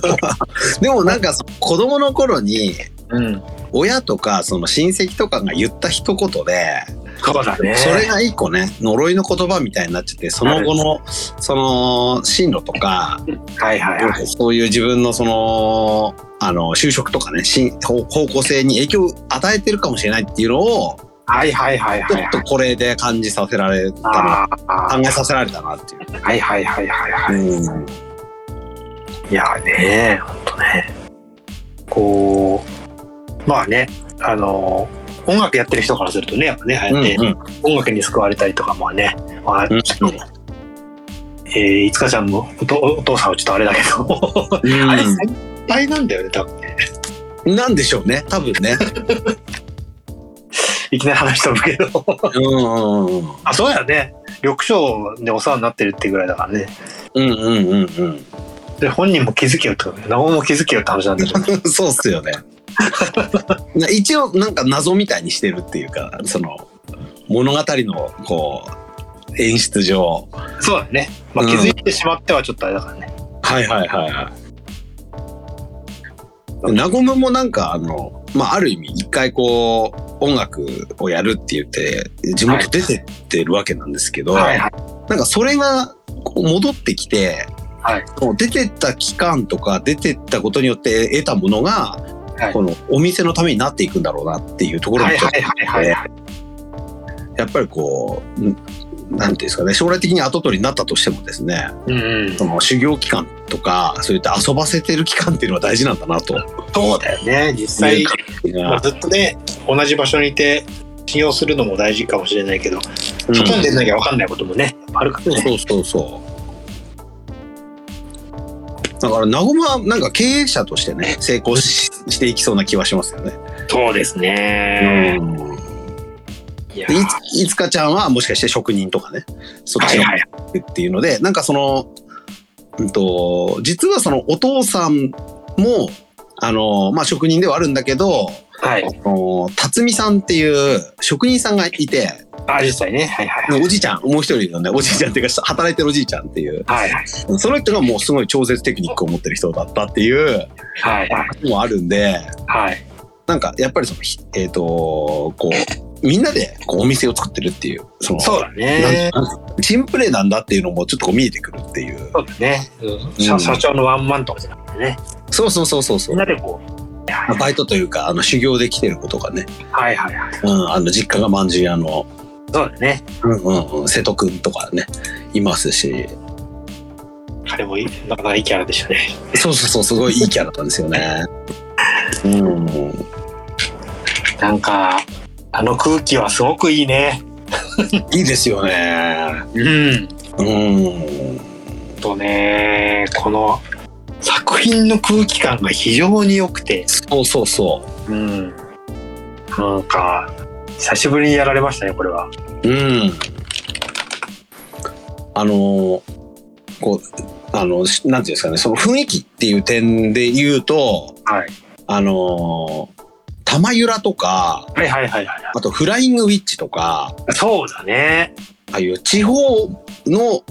Speaker 1: でもなんかその子供の頃に
Speaker 2: うん、
Speaker 1: 親とかその親戚とかが言った一言で、
Speaker 2: そうだね。
Speaker 1: それが一個ね呪いの言葉みたいになっちゃってその後のその進路とか、
Speaker 2: はいはいはい。
Speaker 1: そういう自分のそのあの就職とかねし方方向性に影響を与えてるかもしれないっていうのを
Speaker 2: はいはいはい
Speaker 1: ち
Speaker 2: は
Speaker 1: ょ
Speaker 2: い
Speaker 1: っと。これで感じさせられたな
Speaker 2: ああ
Speaker 1: 考えさせられたなっていう。
Speaker 2: はいはいはいはいはい。
Speaker 1: うん
Speaker 2: いやーねほんとね。こう、まあね、あの音楽やってる人からするとね、やっぱね、ああやって、
Speaker 1: うんうん
Speaker 2: 音楽に救われたりとかもね、まあ
Speaker 1: うん
Speaker 2: ちょっとえーいつかちゃんのおとお父さんはちょっとあれだけど、あれ先輩なんだよね、多分ね。
Speaker 1: なんでしょうね多分ね。
Speaker 2: いきなり話したけ ど。
Speaker 1: うんうん
Speaker 2: あ、そうやね。緑章でお世話になってるってぐらいだからね。
Speaker 1: うんうんうんうん
Speaker 2: で、本人も気づけよってことね。孫も気づけよって話なんだけど。
Speaker 1: うん。 そうっすよね。な一応なんか謎みたいにしてるっていうかその物語のこう演出上。
Speaker 2: そうだね。まあ、
Speaker 1: うん
Speaker 2: 気づいてしまってはちょっとあれだからね。
Speaker 1: はいはいはいはい。ナゴムもなんかあの、まあ、ある意味一回こう音楽をやるって言って地元出てってるわけなんですけど、
Speaker 2: はいはい。
Speaker 1: なんかそれがこう戻ってきて、
Speaker 2: はい
Speaker 1: もう出てった期間とか出てったことによって得たものが、
Speaker 2: はい
Speaker 1: このお店のためになっていくんだろうなっていうところも
Speaker 2: はい
Speaker 1: ちょっ
Speaker 2: は
Speaker 1: と
Speaker 2: いはいはいはい。
Speaker 1: やっぱりこううんなんていうんですかね将来的に跡取りになったとしてもですね
Speaker 2: うんうん。
Speaker 1: その修行期間とかそういった遊ばせてる期間っていうのは大事なんだなと。
Speaker 2: そうだよね。実際、まあずっとね、同じ場所にいて、信用するのも大事かもしれないけど、
Speaker 1: うん
Speaker 2: 外に出なきゃ分かんないこともね、あるからね。
Speaker 1: そうそうそう。だから、ナゴムはなんか経営者としてね、成功ししていきそうな気はしますよね。
Speaker 2: そうですね。
Speaker 1: うん
Speaker 2: いや
Speaker 1: でいついつかちゃんはもしかして職人とかねそっ
Speaker 2: は
Speaker 1: ち
Speaker 2: い
Speaker 1: の
Speaker 2: はい。
Speaker 1: っていうので、なんかその、うん、と実はそのお父さんもあの、まあ、職人ではあるんだけど
Speaker 2: はい。
Speaker 1: あの辰巳さんっていう職人さんがいて
Speaker 2: あ、実際ね。はいはいはい。
Speaker 1: おじいちゃんもう一人のねおじいちゃんっていうか働いてるおじいちゃんっていう
Speaker 2: はいはい。
Speaker 1: その人がもうすごい超絶テクニックを持ってる人だったっていう
Speaker 2: はいはい。
Speaker 1: のもあるんで
Speaker 2: はい。
Speaker 1: なんかやっぱりその、ひえっとこうみんなでこうお店を作ってるっていう、その、
Speaker 2: そうだね。
Speaker 1: チームプレーなんだっていうのもちょっとこう見えてくるっていう。
Speaker 2: そうだね。うん
Speaker 1: う
Speaker 2: 社
Speaker 1: ん
Speaker 2: 社長のワンマンとかじゃなくてね。
Speaker 1: そうそうそうそうそ
Speaker 2: み。
Speaker 1: うん
Speaker 2: なでこう。
Speaker 1: バイトというか、あの、修行で来てることがね、
Speaker 2: はいはいはい。
Speaker 1: うん、あの、実家がまんじゅう屋の、
Speaker 2: そうだね。
Speaker 1: うんうんうん、瀬戸くんとかね、いますし、
Speaker 2: 彼もいいなかなかいいキャラでしたね。
Speaker 1: そうそうそう、すごいいいキャラなんですよね。うん。
Speaker 2: なんか、あの空気はすごくいいね。
Speaker 1: いいですよね。
Speaker 2: うん。
Speaker 1: うん。
Speaker 2: とね、この作品の空気感が非常に良くて。
Speaker 1: そうそうそ
Speaker 2: うん。なんか、久しぶりにやられましたね、これは。
Speaker 1: う。うん。あのー、こう、あの、しなんていうんですかね、その雰囲気っていう点で言うと、
Speaker 2: はい。
Speaker 1: あのー、玉ゆらとか、
Speaker 2: はいはいはいはいは
Speaker 1: あとフライングウィッチとか、
Speaker 2: い。そうだね。
Speaker 1: ああいう地方の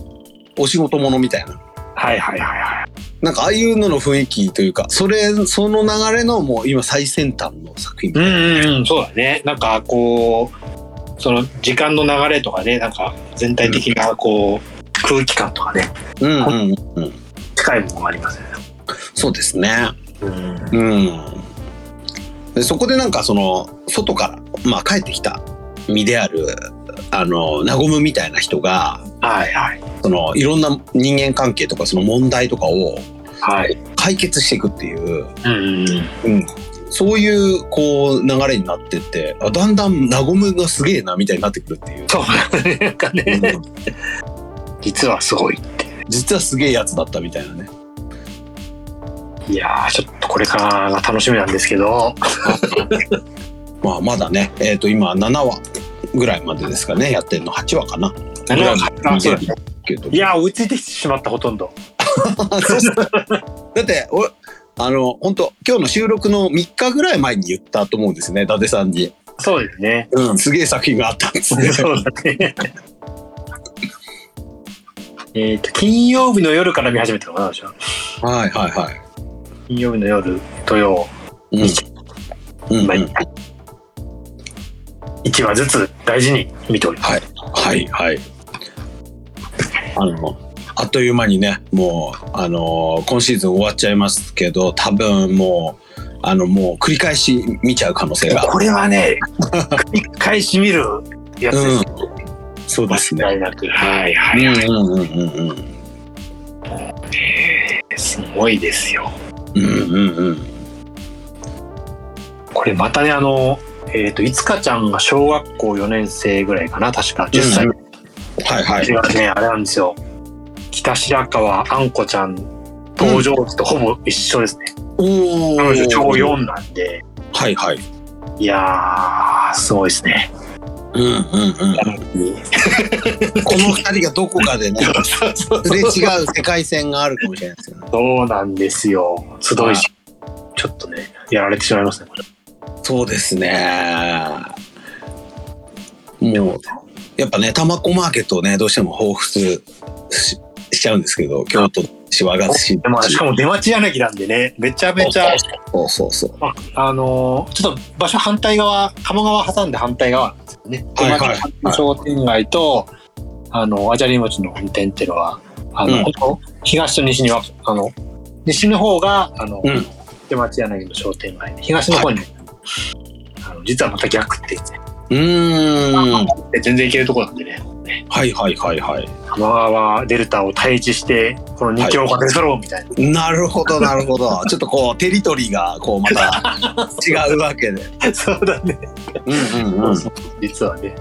Speaker 1: お仕事ものみたいな。
Speaker 2: はいはいはいはい。
Speaker 1: なんかああいうのの雰囲気というか、それ、その流れのもう今最先端の作品。
Speaker 2: うんうんうん、そうだね。なんかこう、その時間の流れとかね、なんか全体的なこう、空気感とかね、
Speaker 1: うんうんうん。
Speaker 2: 近いものがありますね。
Speaker 1: そうですね。
Speaker 2: うん。
Speaker 1: うん。でそこでなんかその外からまあ帰ってきた身であるあのナゴムみたいな人が
Speaker 2: はいはい。
Speaker 1: そのいろんな人間関係とかその問題とかを
Speaker 2: はい。
Speaker 1: 解決していくっていう、
Speaker 2: うんうんうん。
Speaker 1: うん、そういうこう流れになってってあだんだんナゴムがすげえなみたいになってくるっていう。
Speaker 2: そうだね。なんかね、
Speaker 1: うん
Speaker 2: 実はすごい。
Speaker 1: 実はすげえやつだったみたいなね。
Speaker 2: いやー、ちょっとこれからが楽しみなんですけど、
Speaker 1: まあまだね、えっ、と今7話ぐらいまでですかね、やってるの8話かな。
Speaker 2: 7話か
Speaker 1: ぐらいまで見てるけど
Speaker 2: いやー、追いついてきてしまった、ほとんど。
Speaker 1: そうっすだっておあの本当今日の収録の3日ぐらい前に言ったと思うんですね伊達さんに、
Speaker 2: そうですね。
Speaker 1: うん、すげえ作品があったんですね
Speaker 2: そうだね。えっと、金曜日の夜から見始めたのかな、私は。
Speaker 1: はいはいは
Speaker 2: 金曜日の夜、土曜、
Speaker 1: い、うんうん
Speaker 2: まあ
Speaker 1: うん、
Speaker 2: 1話ずつ大事に見ております。
Speaker 1: はいはいあのあっという間にねもうあの今シーズン終わっちゃいますけど多分もうあのもう繰り返し見ちゃう可能性が
Speaker 2: これは ね、繰り返し見るやつです。
Speaker 1: そうですね
Speaker 2: 間違いなく。はいはい。
Speaker 1: うんうんうんうんうん
Speaker 2: すごいですよ。
Speaker 1: うんうんうん
Speaker 2: これまたね、あの、えっ、と、いつかちゃんが小学校4年生ぐらいかな、確か10歳
Speaker 1: うんはいはい
Speaker 2: 私はね、あれなんですよ。北白川あんこちゃん登場時とほぼ一緒ですね。
Speaker 1: お
Speaker 2: 彼女超
Speaker 1: ー
Speaker 2: 4なんで、
Speaker 1: はいはい
Speaker 2: いやー、すごいですね。
Speaker 1: うん うんうんこの二人がどこかでね、すれ違う世界線があるかもしれないですよね。
Speaker 2: そうなんですよ。集いし、ちょっとね、やられてしまいますね、これ。
Speaker 1: そうですね。もう、やっぱね、玉子マーケットをね、どうしても彷彿ししちゃうんですけど、京都芝が市
Speaker 2: でまあ、しかも出町柳なんでね、めちゃめちゃ、
Speaker 1: そうそうそう。
Speaker 2: ああのーちょっと場所反対側、鴨川挟んで反対側なんですよね。
Speaker 1: はいはい
Speaker 2: 出町柳商店街と、あの、あじゃり餅の本店っていうのは、あの、
Speaker 1: うん
Speaker 2: 本当東と西には、あの、西の方が、あの、
Speaker 1: うん
Speaker 2: 出町柳の商店街で、東の方に、あの実はまた逆って言って、
Speaker 1: うーん。
Speaker 2: 全然行けるところなんでね、
Speaker 1: はいはいはいはい。
Speaker 2: 玉川デルタを対峙して、この2強が出揃うみたいな。
Speaker 1: なるほどなるほど。ちょっとこう、テリトリーがこう、また 違うわけで。
Speaker 2: そうだね。
Speaker 1: うんうんうん。
Speaker 2: 実はね。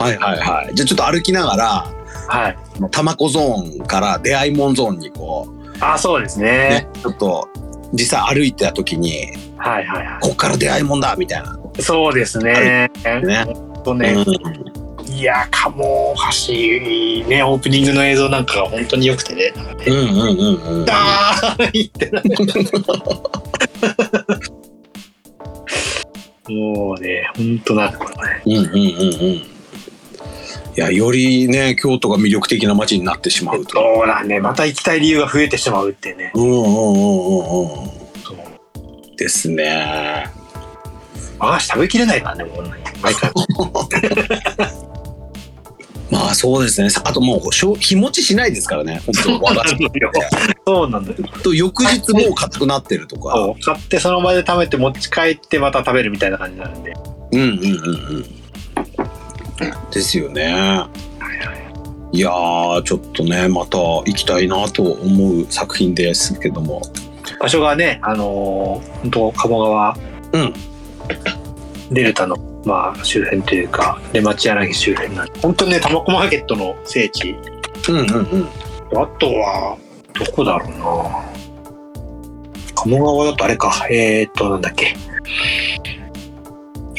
Speaker 1: はいはいはい。じゃあちょっと歩きながら、
Speaker 2: はい。
Speaker 1: タマコゾーンから出会いモンゾーンにこう、
Speaker 2: あ、そうです
Speaker 1: ね
Speaker 2: ね。
Speaker 1: ちょっと実際歩いてた時に
Speaker 2: はいはいは
Speaker 1: こっから出会いもんだみたいな、
Speaker 2: い。そうですね。
Speaker 1: ね
Speaker 2: ほんとね、
Speaker 1: うん
Speaker 2: いや、かも橋ね、オープニングの映像なんかが本当に良くてね。
Speaker 1: うんうんうんうん
Speaker 2: ダーイってなる。もうね、本当なんだこれね。
Speaker 1: うんうんうんうんいやよりね京都が魅力的な街になってしまうと。
Speaker 2: そうだね。また行きたい理由が増えてしまうっていうね。
Speaker 1: うんうんうんうんう
Speaker 2: そうん
Speaker 1: ですね。
Speaker 2: 和菓子食べきれないからね、もう毎回。
Speaker 1: まあそうですね。さあともうしょ日持ちしないですからね。本当和 菓子
Speaker 2: そうなんだよ。
Speaker 1: と翌日もう硬くなってるとか。
Speaker 2: そう買ってその場で食べて持ち帰ってまた食べるみたいな感じなんで。
Speaker 1: うんうんうんうん。ですよね。いやーちょっとねまた行きたいなと思う作品ですけども。
Speaker 2: 場所がね、あのー本当鴨川、
Speaker 1: うん
Speaker 2: デルタの、まあ、周辺というか、出町柳周辺なんで、本当にね、タマコマーケットの聖地。
Speaker 1: うんうんうん。
Speaker 2: あとは、どこだろうな。鴨川だとあれか、えー、っと、なんだっけ。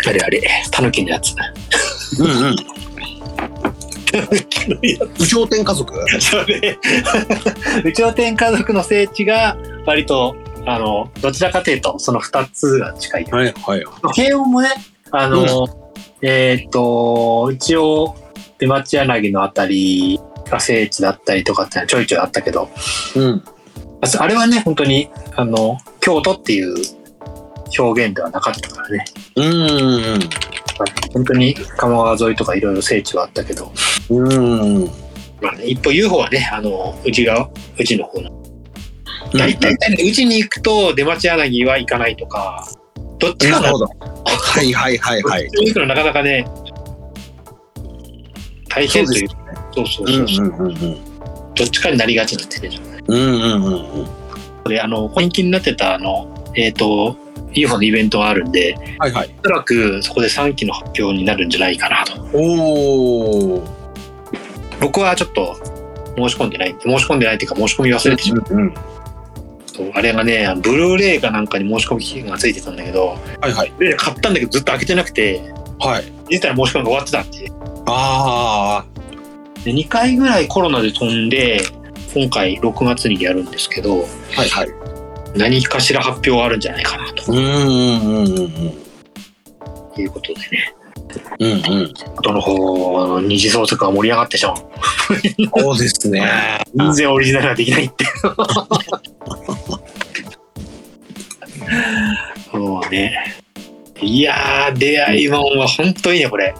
Speaker 2: あれあれ、タヌキのやつ。
Speaker 1: うんうん。
Speaker 2: 狸のや
Speaker 1: 有頂天家族。
Speaker 2: つはね 宇宙天家族の聖地が、割と、あの、どちらかというと、その2つが近い。
Speaker 1: はいはい。
Speaker 2: 慶応もね、あの、えーっと、一応、出町柳のあたりが聖地だったりとかってのはちょいちょいあったけど、
Speaker 1: うん。
Speaker 2: あそあれはね、本当に、あの、京都っていう表現ではなかったからね。
Speaker 1: うん
Speaker 2: 本当に鴨川沿いとかいろいろ聖地はあったけど、
Speaker 1: うんうん。うん。
Speaker 2: まあね、一歩 UFO はね、あの、宇治が、宇治の方の。
Speaker 1: な
Speaker 2: 大体、ね、宇治に行くと出町柳は行かないとか、どっちか
Speaker 1: る
Speaker 2: な
Speaker 1: ほど。はいはいはい
Speaker 2: どっ
Speaker 1: はい
Speaker 2: ち。に行くのなかなかね、大変という。そうそうそうそう。
Speaker 1: うんうん
Speaker 2: どっちかになりがちなんでね。
Speaker 1: うんうんうんうん。
Speaker 2: これ、あの、本気になってた、あの、えっ、と、UFO のイベントがあるんで、
Speaker 1: はいはい。
Speaker 2: おそらくそこで3期の発表になるんじゃないかなと。
Speaker 1: おお。
Speaker 2: 僕はちょっと申し込んでないんで、申し込んでないっていうか申し込み忘れてしま
Speaker 1: うんうん。
Speaker 2: う。あれがね、あのブルーレイかなんかに申し込み期限がついてたんだけど、
Speaker 1: はいはい
Speaker 2: で買ったんだけどずっと開けてなくて、
Speaker 1: はい。
Speaker 2: 実際申し込みが終わってたっていう。
Speaker 1: あ
Speaker 2: で、2回ぐらいコロナで飛んで、今回6月にやるんですけど、
Speaker 1: あ。はいはい。
Speaker 2: 何かしら発表があるんじゃないかな
Speaker 1: うんうんうんうん
Speaker 2: ということでね、
Speaker 1: うんうん。
Speaker 2: どの方の二次創作が盛り上がってしまう。
Speaker 1: そうですね。
Speaker 2: 全然オリジナルはできないって。 そうね。いやー、出会いもんは本当いいね、これ。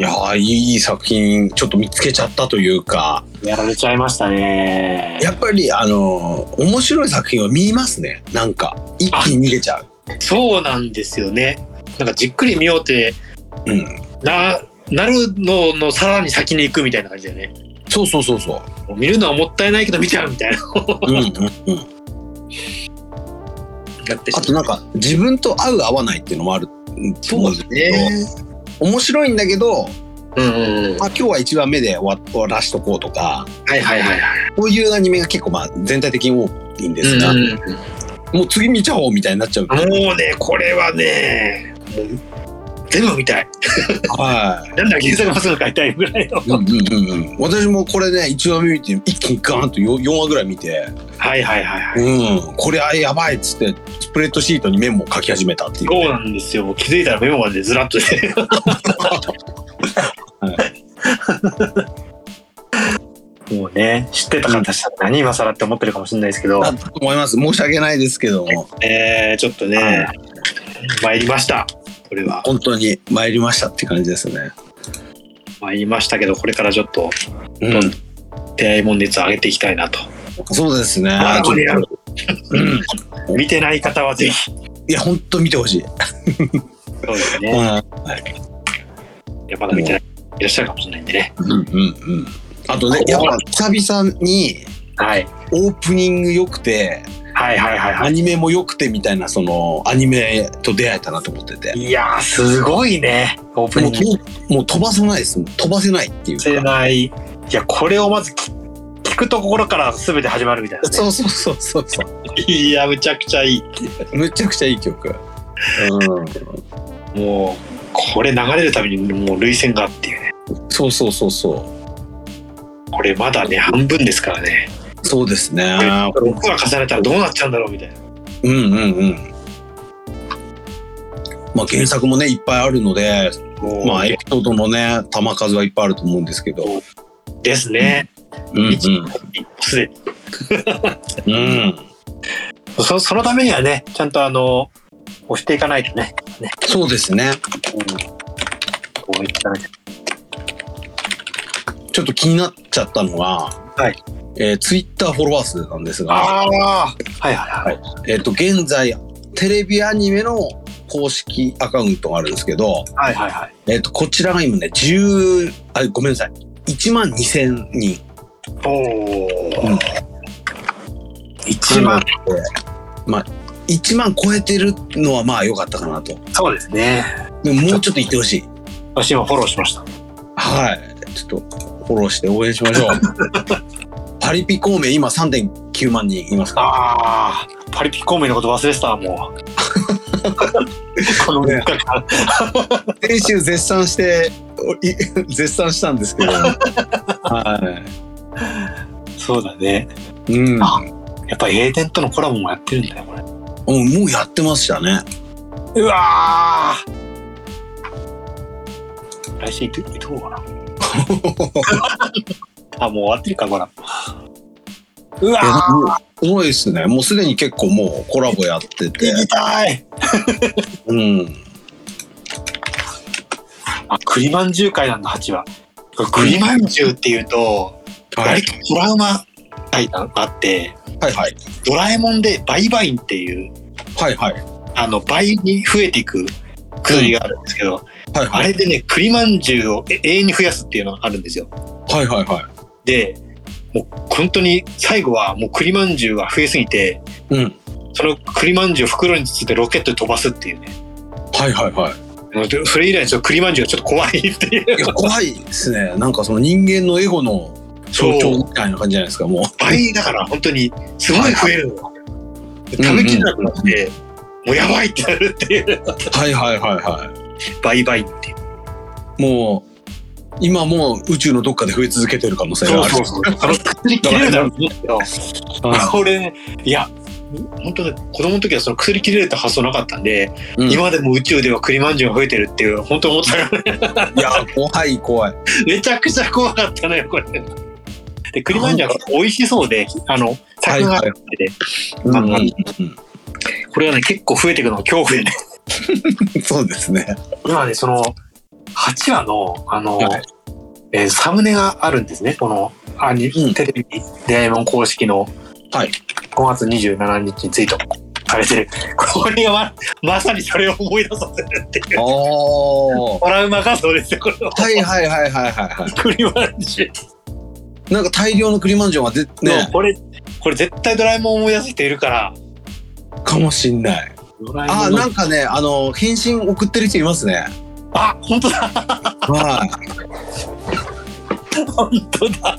Speaker 1: いやーいい作品ちょっと見つけちゃったというか、
Speaker 2: やられちゃいましたね。
Speaker 1: やっぱりあのー面白い作品は見ますね。なんか一気に逃げちゃう。
Speaker 2: そうなんですよね。なんかじっくり見ようって、
Speaker 1: うん。
Speaker 2: な、なるののさらに先に行くみたいな感じだよね。
Speaker 1: そうそうそうそう。
Speaker 2: もう見るのはもったいないけど見ちゃうみたい な。
Speaker 1: うんうんうん。
Speaker 2: なってし
Speaker 1: あとなんか自分と合う合わないっていうのもある。
Speaker 2: そうですね。
Speaker 1: 面白いんだけど、
Speaker 2: うんうんうん。
Speaker 1: まあ、
Speaker 2: は
Speaker 1: 今日は1話目で終わ終わらしとこうとか
Speaker 2: いはいはいはい。
Speaker 1: こういうアニメが結構まあ全体的に多いんですが、
Speaker 2: うんうんうん
Speaker 1: もう次見ちゃおうみたいになっちゃう、
Speaker 2: もうね、これはね、もう全部見たい。
Speaker 1: はい
Speaker 2: なんだ原作もすぐ買いたいぐらいの。
Speaker 1: うんうんうんうん、私もこれね1話目見て一気にガーンと 4, 4話ぐらい見て、
Speaker 2: はいはいはいはい。
Speaker 1: うん、これあやばいっつってスプレッドシートにメモを書き始めたっていう
Speaker 2: そうなんですよ。気づいたらメモまでずらっとして。 もうね、知ってた方たちだったら何今更って思ってるかもしれないですけど
Speaker 1: だ、と思います申し訳ないですけども
Speaker 2: えー、ちょっとね、参りました。これは。
Speaker 1: 本当に参りましたって感じですね。
Speaker 2: 参りましたけど、これからちょっと
Speaker 1: う
Speaker 2: どんどん出会いもん熱を上げていきたいなと。
Speaker 1: そうですね。
Speaker 2: あーこれやる
Speaker 1: うん
Speaker 2: 見てない方はぜひ。
Speaker 1: いや本当見てほしい。
Speaker 2: そうです
Speaker 1: う
Speaker 2: ね。
Speaker 1: ん
Speaker 2: いやまだ見てない。いらっしゃるかもしれないんでね。
Speaker 1: うんうんうん。あとね
Speaker 2: こ、こ
Speaker 1: やっ
Speaker 2: は
Speaker 1: ぱ久々に
Speaker 2: はい。
Speaker 1: オープニング良くて、
Speaker 2: はいはいはいは
Speaker 1: アニメも良くてみたいな、そのアニメと出会えたなと思ってて
Speaker 2: い。。いやー、すごいね。オープニ
Speaker 1: も
Speaker 2: ン
Speaker 1: う
Speaker 2: グ。
Speaker 1: ともう飛ばせないです。飛ばせないっていう
Speaker 2: せ
Speaker 1: か。
Speaker 2: ない。いや、これをまずき聞くところから全て始まるみたいな、ね。
Speaker 1: そうそうそうそうそう。
Speaker 2: いや、むちゃくちゃいい。
Speaker 1: むちゃくちゃいい曲。
Speaker 2: もう、これ流れるたびにもう涙腺がっていうね。
Speaker 1: うん。そうそうそうそ
Speaker 2: これまだね、半分ですからね。
Speaker 1: う。そうですね。
Speaker 2: 僕が重ねたらどうなっちゃうんだろうみたいな。
Speaker 1: うんうんうん。まあ原作もねいっぱいあるので、
Speaker 2: もう
Speaker 1: まあエピソードのね弾数はいっぱいあると思うんですけど。
Speaker 2: ですね。
Speaker 1: うんうん。
Speaker 2: すでに
Speaker 1: うん。
Speaker 2: そそのためにはね、ちゃんとあの、押していかないとね。
Speaker 1: そうですね。
Speaker 2: こういったね
Speaker 1: ちょっと気になっちゃったのが、
Speaker 2: はい
Speaker 1: えー、ツイッターフォロワー数なんですが、
Speaker 2: ああはいはいはい。
Speaker 1: えっ、と、現在、テレビアニメの公式アカウントがあるんですけど、
Speaker 2: はいはいはい。
Speaker 1: えっ、と、こちらが今ね、10、あ、ごめんなさい。1万2000人。
Speaker 2: お
Speaker 1: う
Speaker 2: ー
Speaker 1: ん
Speaker 2: 一番。
Speaker 1: まあ、1万超えてるのはまあ良かったかなと。
Speaker 2: そうですね。
Speaker 1: でももうちょっと行ってほしい。
Speaker 2: 私もフォローしました。
Speaker 1: はい。ちょっとフォローして応援しましょう。 パリピ孔明今3.9万人いますから。
Speaker 2: ああパリピ孔明のこと忘れてたわ もう。この3日間。
Speaker 1: 先週絶賛して、おい 絶賛したんですけど。は
Speaker 2: そうだね。
Speaker 1: い。うん。
Speaker 2: あやっぱ英伝とのコラボもやってるんだよ、これ。
Speaker 1: うんもうやってました ね。
Speaker 2: うわー来週行って、行ってこうかな。あ、もう終わってるか、ほら。うわ
Speaker 1: え
Speaker 2: ー
Speaker 1: もうすごいですね。もうすでに結構もうコラボやってて。
Speaker 2: 行きたい
Speaker 1: うん。
Speaker 2: あ、栗まんじゅう会なんだ、8話。これ栗まんじゅうっていうと、
Speaker 1: はい
Speaker 2: 割。とトラウマ対談があって、
Speaker 1: はいはい。
Speaker 2: ドラえもんでバイバインっていう、
Speaker 1: はいはい。
Speaker 2: あの、倍に増えていく薬があるんですけど、
Speaker 1: はいは
Speaker 2: あ
Speaker 1: い。
Speaker 2: れでね、栗まんじゅうを永遠に増やすっていうのがあるんですよ。
Speaker 1: はいはいは
Speaker 2: で、もう本当に最後はもう栗まんじゅうが増えすぎて、
Speaker 1: い。うん。
Speaker 2: その栗まんじゅうを袋に包んでロケットで飛ばすっていうね。
Speaker 1: はいはいはい。
Speaker 2: でそれ以来ちょっと栗まんじゅうがちょっと怖いっていう。
Speaker 1: いや怖いですね。なんかその人間のエゴの象徴みたいな感じじゃないですか。もう。
Speaker 2: 倍だから本当にすごい増えるのよ。で
Speaker 1: うんうん
Speaker 2: 食べきれなくなって、もうやばいってなるっていう。
Speaker 1: はいはいはいは
Speaker 2: 倍倍っていう。
Speaker 1: い。もう今もう宇宙のどっかで増え続けてる可能性がある。
Speaker 2: そう。その薬切れるだろうと思ったけど、これね、いや、本当ね、子供の時はその薬切れるって発想なかったんで、
Speaker 1: うん
Speaker 2: 今までも宇宙では栗まんじゅうが増えてるっていう、本当思ってたから
Speaker 1: いや怖い怖い。
Speaker 2: めちゃくちゃ怖かったのよ、これ。で、栗まんじゅうは美味しそうで、あの、
Speaker 1: はい
Speaker 2: 作
Speaker 1: はい
Speaker 2: があって、
Speaker 1: うんうん
Speaker 2: あ
Speaker 1: う
Speaker 2: これはね、結構増えていくのが恐怖でね。
Speaker 1: ん。そうですね。
Speaker 2: 今ね、その、8話の、あの、
Speaker 1: はい
Speaker 2: えーサムネがあるんですね、この、あに
Speaker 1: うん
Speaker 2: テレビ、デアイモン公式の、
Speaker 1: はい
Speaker 2: 5月27日にツイートされてる。これがま、まさにそれを思い出させるっていう、
Speaker 1: ああ。は
Speaker 2: トラウマ画像ですよ、これは。
Speaker 1: いはいはいはいはいは
Speaker 2: 栗まんじゅう。
Speaker 1: い。なんか大量の栗まんじゅうが出ね
Speaker 2: これ、これ絶対ドラえもん思い出す人いるから、
Speaker 1: かもしんない。
Speaker 2: ドラえ
Speaker 1: あ
Speaker 2: も
Speaker 1: あ
Speaker 2: んの
Speaker 1: なんかねあの返信送ってる人いますね。
Speaker 2: あ、本当だ、
Speaker 1: はい。
Speaker 2: 本当だ。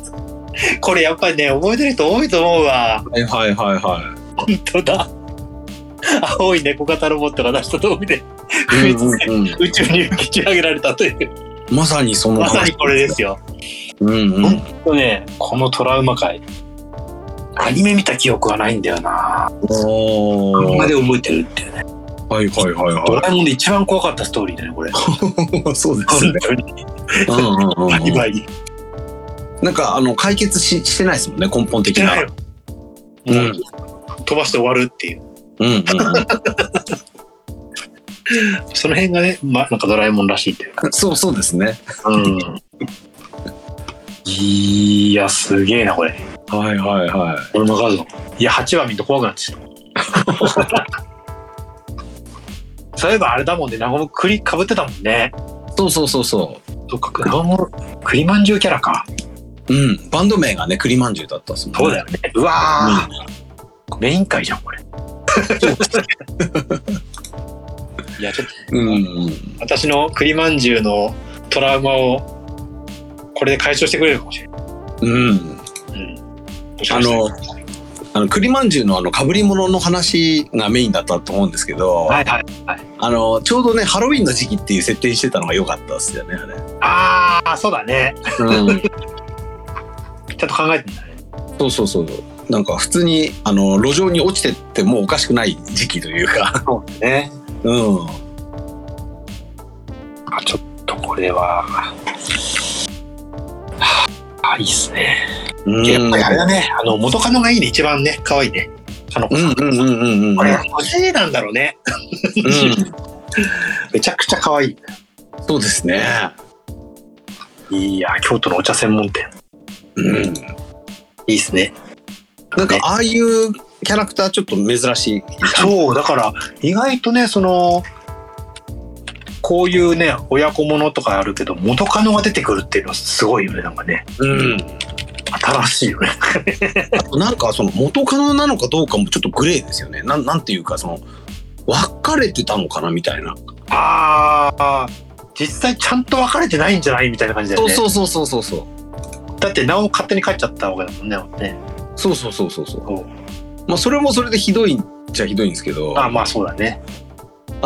Speaker 2: これやっぱりね、覚えてる人多いと思う
Speaker 1: は
Speaker 2: わ。
Speaker 1: いはいはいは
Speaker 2: 本当だ。青い猫型ロボットが出した動画で、増
Speaker 1: い。
Speaker 2: え続け
Speaker 1: うんうんうん
Speaker 2: 宇宙に浮き上げられたという、
Speaker 1: まさにその
Speaker 2: まさ
Speaker 1: 話
Speaker 2: に。これですよ。
Speaker 1: うんうん。
Speaker 2: とね、このトラウマ界、アニメ見た記憶はないんだよな。
Speaker 1: お
Speaker 2: 漫
Speaker 1: ー
Speaker 2: 画で覚えてるっていうね。
Speaker 1: はいはいはい
Speaker 2: ド
Speaker 1: は
Speaker 2: ラえもんで一番怖かったストーリーだね、これ。本
Speaker 1: い。そうですね。
Speaker 2: 当に。
Speaker 1: うんうんうんう
Speaker 2: バリ
Speaker 1: ん
Speaker 2: バリ。
Speaker 1: なんかあの解決ししてないですもんね根本的
Speaker 2: じゃ
Speaker 1: な
Speaker 2: ない。よ。
Speaker 1: うん
Speaker 2: もう、飛ばして終わるってい
Speaker 1: う
Speaker 2: う。
Speaker 1: んうんう
Speaker 2: その辺がね、まあ、なんかドラえもんらしいっていうか。
Speaker 1: ん。そうそうですね。
Speaker 2: うん。いや、すげえな、これ。
Speaker 1: はいはいはい。
Speaker 2: 俺もカード。いや、8話見ると怖くなってきた。そういえばあれだもんね、ナゴム栗かぶってたもんね。
Speaker 1: そうそうそうそ
Speaker 2: そっか、ナゴム栗まんじゅうキャラか。
Speaker 1: う。うん。バンド名がね栗まんじゅうだったっすもんね。
Speaker 2: そうだよね。うわー、メイン会じゃん、これ。いや、ちょっと
Speaker 1: うんうん。
Speaker 2: 私の栗まんじゅうのトラウマを、これで解消してくれるかもしれない。
Speaker 1: うん。
Speaker 2: うん。もしかして
Speaker 1: あのあの栗まんじゅうのあの被り物の話がメインだったと思うんですけど、
Speaker 2: はいはい。
Speaker 1: あのちょうどねハロウィンの時期っていう設定にしてたのが良かったっすよねあれ。
Speaker 2: ああ、そうだね。
Speaker 1: うん。
Speaker 2: ちゃんと考えてんだね。
Speaker 1: そうそうそう。なんか普通にあの路上に落ちてってもうおかしくない時期というか。
Speaker 2: そうね。
Speaker 1: うん。
Speaker 2: あ、ちょっとこれは。はあ、あいいっすね。
Speaker 1: うん
Speaker 2: やっぱりあれだね。あの、元カノがいいね。一番ね、可愛いね。あの、
Speaker 1: うんうんうんうんうん。
Speaker 2: これ、欲しいなんだろうね。
Speaker 1: う
Speaker 2: めちゃくちゃ可愛い。
Speaker 1: ん、そうですね。
Speaker 2: いや、京都のお茶専門店。
Speaker 1: うん、
Speaker 2: いいですね。
Speaker 1: なんかああいうキャラクターちょっと珍しい。
Speaker 2: そう、だから、意外とね、その、こういうね、親子ものとかあるけど、元カノが出てくるっていうのはすごいよね、なんかね。
Speaker 1: うん、
Speaker 2: 新しいよね。
Speaker 1: あとなんかその元カノなのかどうかもちょっとグレーですよね。なんなんていうかその別れてたのかなみたいな。
Speaker 2: ああ、実際ちゃんと別れてないんじゃないみたいな感じだよね。
Speaker 1: うそうそうそうそう。
Speaker 2: だって、なお勝手に帰っちゃったわけだもんね。ね
Speaker 1: そうそうそうそうそうう。まあそれもそれでひどいっちゃひどいんですけど、
Speaker 2: あ
Speaker 1: あ
Speaker 2: まあそうだね。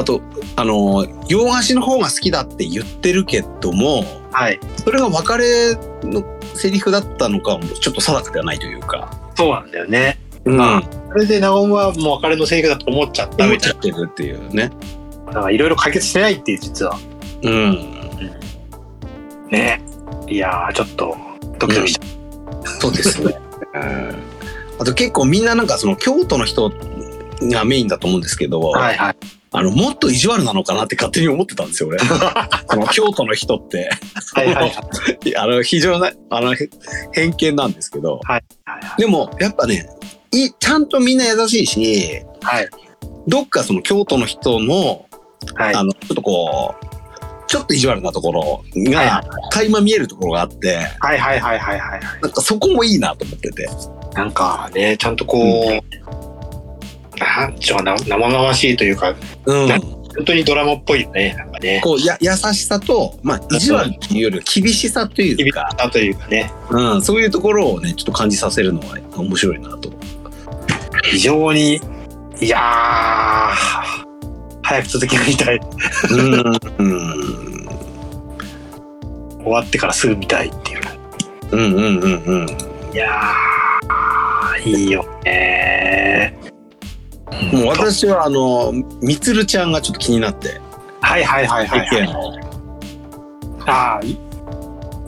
Speaker 1: とあの洋菓子の方が好きだって言ってるけども、
Speaker 2: はい。
Speaker 1: それが別れのセリフだったのかもちょっと定かではないというか。
Speaker 2: そうなんだよね。
Speaker 1: うん
Speaker 2: それで、なおはもう別れのせいだと思っちゃった
Speaker 1: 食
Speaker 2: み
Speaker 1: べ
Speaker 2: た
Speaker 1: ち
Speaker 2: い
Speaker 1: ゃってるっていうね。
Speaker 2: な。なんかいろいろ解決してないっていう、実は。
Speaker 1: うん。
Speaker 2: ね。いやー、ちょっと、ドキドキしちゃ
Speaker 1: そうですね。あと結構みんななんかその京都の人がメインだと思うんですけど、
Speaker 2: う。はいはい。
Speaker 1: あのもっと意地悪なのかなって勝手に思ってたんです よ俺。その京都の人って
Speaker 2: はいはいはい。
Speaker 1: あの非常なあのへ偏見なんですけど、
Speaker 2: はい
Speaker 1: でもやっぱねいちゃんとみんな優しいし、
Speaker 2: はい。
Speaker 1: どっかその京都の人の
Speaker 2: はい。
Speaker 1: あのちょっとこうちょっと意地悪なところが垣間見えるところがあって、
Speaker 2: はいはいはいはいはいは
Speaker 1: なんかそこもいいなと思ってて。
Speaker 2: い。なんかね、ちゃんとこう、なんちゅうかな生々しいというか、
Speaker 1: うん。
Speaker 2: 本当にドラマっぽいよね、なんかね。
Speaker 1: こうや優しさと、まあ、意地悪っていうよりは厳しさとい
Speaker 2: 響
Speaker 1: う
Speaker 2: い
Speaker 1: か、
Speaker 2: たというかね、
Speaker 1: うん、そういうところをねちょっと感じさせるのは面白いなと。
Speaker 2: 非常に、いやー、早く続きが見たい。
Speaker 1: うんうん
Speaker 2: 終わってからすぐ見たいっていう。
Speaker 1: うんうんうんうん。
Speaker 2: いやー、いいよね
Speaker 1: もう私はあのみつるちゃんがちょっと気になって、
Speaker 2: はいはいはいはい、はい。
Speaker 1: の
Speaker 2: あー、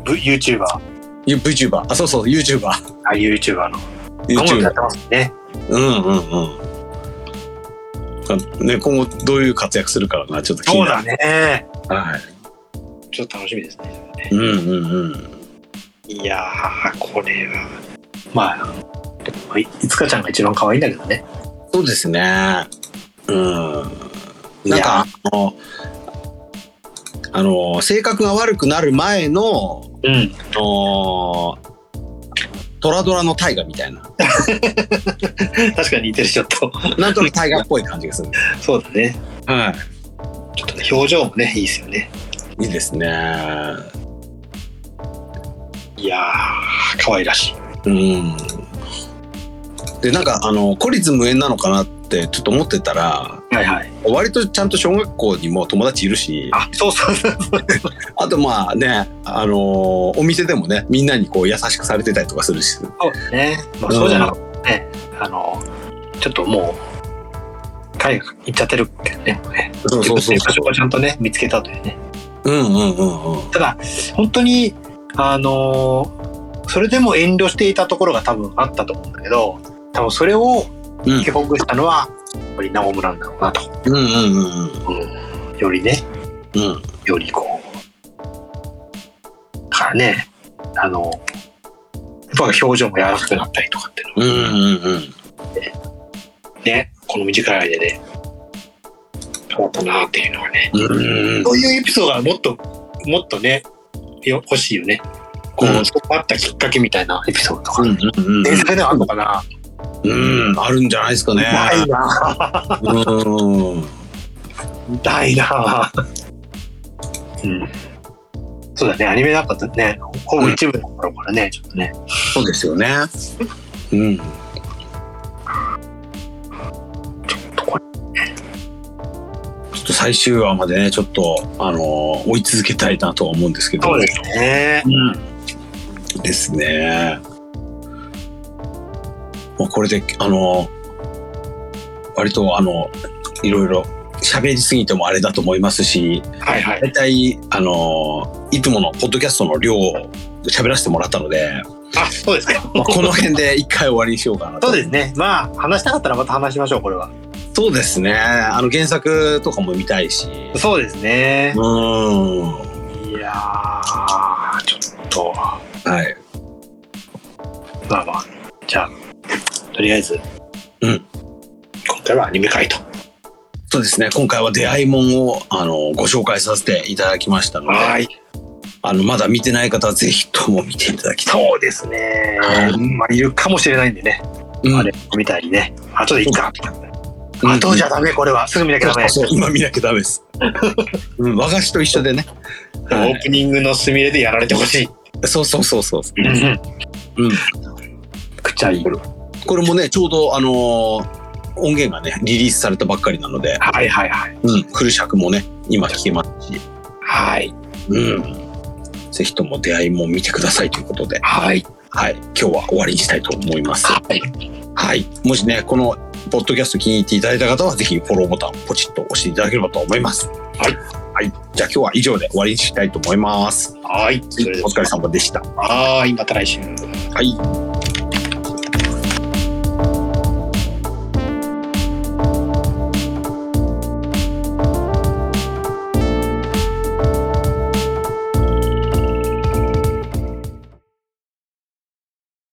Speaker 2: ブ YouTuber。あ、
Speaker 1: ユ VTuber あそうそう YouTuber
Speaker 2: YouTuber の。今後
Speaker 1: YouTuber
Speaker 2: やってますね。
Speaker 1: うんうんうんあね今後どういう活躍するかがちょっと気に
Speaker 2: そう
Speaker 1: な
Speaker 2: だ
Speaker 1: る
Speaker 2: ね。
Speaker 1: はい
Speaker 2: ちょっと楽しみですね。
Speaker 1: うんうんうん
Speaker 2: いやー、これは。まあ、いいつかちゃんが一番可愛いんだけどね。
Speaker 1: そうですねうんなんかあのあの性格が悪くなる前の
Speaker 2: うん。
Speaker 1: あのトラドラの大河みたいな
Speaker 2: 確かに似てるちょっと。
Speaker 1: なんとなく大河っぽい感じがする
Speaker 2: そうだね。
Speaker 1: は
Speaker 2: ちょっとね、表情もね、いいですよね。
Speaker 1: いいいですね
Speaker 2: いやー、可愛らしい。
Speaker 1: うん。でなんかあの孤立無縁なのかなってちょっと思ってたら
Speaker 2: はいはい。
Speaker 1: 割とちゃんと小学校にも友達いるしあ
Speaker 2: あ、そうそうそう。
Speaker 1: とまあねあのお店でもねみんなにこう優しくされてたりとかするし
Speaker 2: そうですね。まあ、そうじゃなくてね、あの、ちょっともう、海外行っちゃってるけどね。もうね
Speaker 1: そうそうそう
Speaker 2: 自分の居場所をちゃんとね、見つけたというね。
Speaker 1: うんうんうんうん
Speaker 2: ただ、本当に、あのーそれでも遠慮していたところが多分あったと思うんだけど、多分それを
Speaker 1: うん
Speaker 2: 解放したのは、やっぱりナオムなんだろうなと。
Speaker 1: うんうんうん
Speaker 2: よりね、
Speaker 1: うんうん
Speaker 2: よりこう。からね、あの、やっぱ表情も柔らかくなったりとかっていうの
Speaker 1: うんうんうん
Speaker 2: ね、この短い間で、変わったなっていうのはね。
Speaker 1: うん
Speaker 2: そういうエピソードがもっと、もっとね、よ欲しいよね。こう、
Speaker 1: うん
Speaker 2: そうあったきっかけみたいなエピソードとか。
Speaker 1: うん
Speaker 2: 連載ではあるのかな。
Speaker 1: うんあるんじゃないですかね
Speaker 2: ないな。
Speaker 1: うん
Speaker 2: ないな。うん。そうだね、アニメなかったね。ほぼ一部だろうからね、ちょっとね。
Speaker 1: そうですよねうん
Speaker 2: こ
Speaker 1: ちょっと最終話までねちょっと、あのー追い続けたいなとは思うんですけど
Speaker 2: すね。
Speaker 1: うんですね、まあ、これで、あのー割とあのいろいろ喋りすぎてもあれだと思いますし
Speaker 2: はいはい。
Speaker 1: 大体、あのーいつものポッドキャストの量を喋らせてもらったので、
Speaker 2: あ、そうですか。
Speaker 1: まあこの辺で一回終わりにしようかなと
Speaker 2: そうですね。まあ、話したかったらまた話しましょう、これは。
Speaker 1: そうですねあの原作とかも見たいし
Speaker 2: そうですね
Speaker 1: う。んはい
Speaker 2: やー、ちょっと、
Speaker 1: い
Speaker 2: まあまあ、じゃあ、とりあえず、
Speaker 1: うん
Speaker 2: 今回はアニメ会と。
Speaker 1: そうですね今回は出会いもんをあのご紹介させていただきましたので
Speaker 2: はい。
Speaker 1: あのまだ見てない方はぜひとも見ていただきたい、
Speaker 2: そうですね
Speaker 1: はい。
Speaker 2: まあ、いるかもしれないんでね。
Speaker 1: うん
Speaker 2: あれ、みたいにね。あとでいいか。
Speaker 1: うん
Speaker 2: あとじゃダメ、これは。すぐ見なきゃダメ。
Speaker 1: そうそう今見なきゃダメ です、うん、和菓子と一緒でね
Speaker 2: オープニングのスミレでやられてほしい。
Speaker 1: そうそうそうそう、うん、
Speaker 2: くちゃいい。
Speaker 1: これもねちょうどあのー音源がねリリースされたばっかりなので、
Speaker 2: はいはいはい。
Speaker 1: うん、フル尺もね今聞けますし、
Speaker 2: はい。
Speaker 1: うん、ぜひとも出会いも見てくださいということで、
Speaker 2: はい。
Speaker 1: はい、今日は終わりにしたいと思います、
Speaker 2: はい。
Speaker 1: はい、もしねこのポッドキャスト気に入っていただいた方はぜひフォローボタンポチッと押していただければと思います
Speaker 2: はい、
Speaker 1: はい、じゃあ今日は以上で終わりにしたいと思います
Speaker 2: はい。それで
Speaker 1: お疲れ様でした
Speaker 2: はーい。また来週。
Speaker 1: はい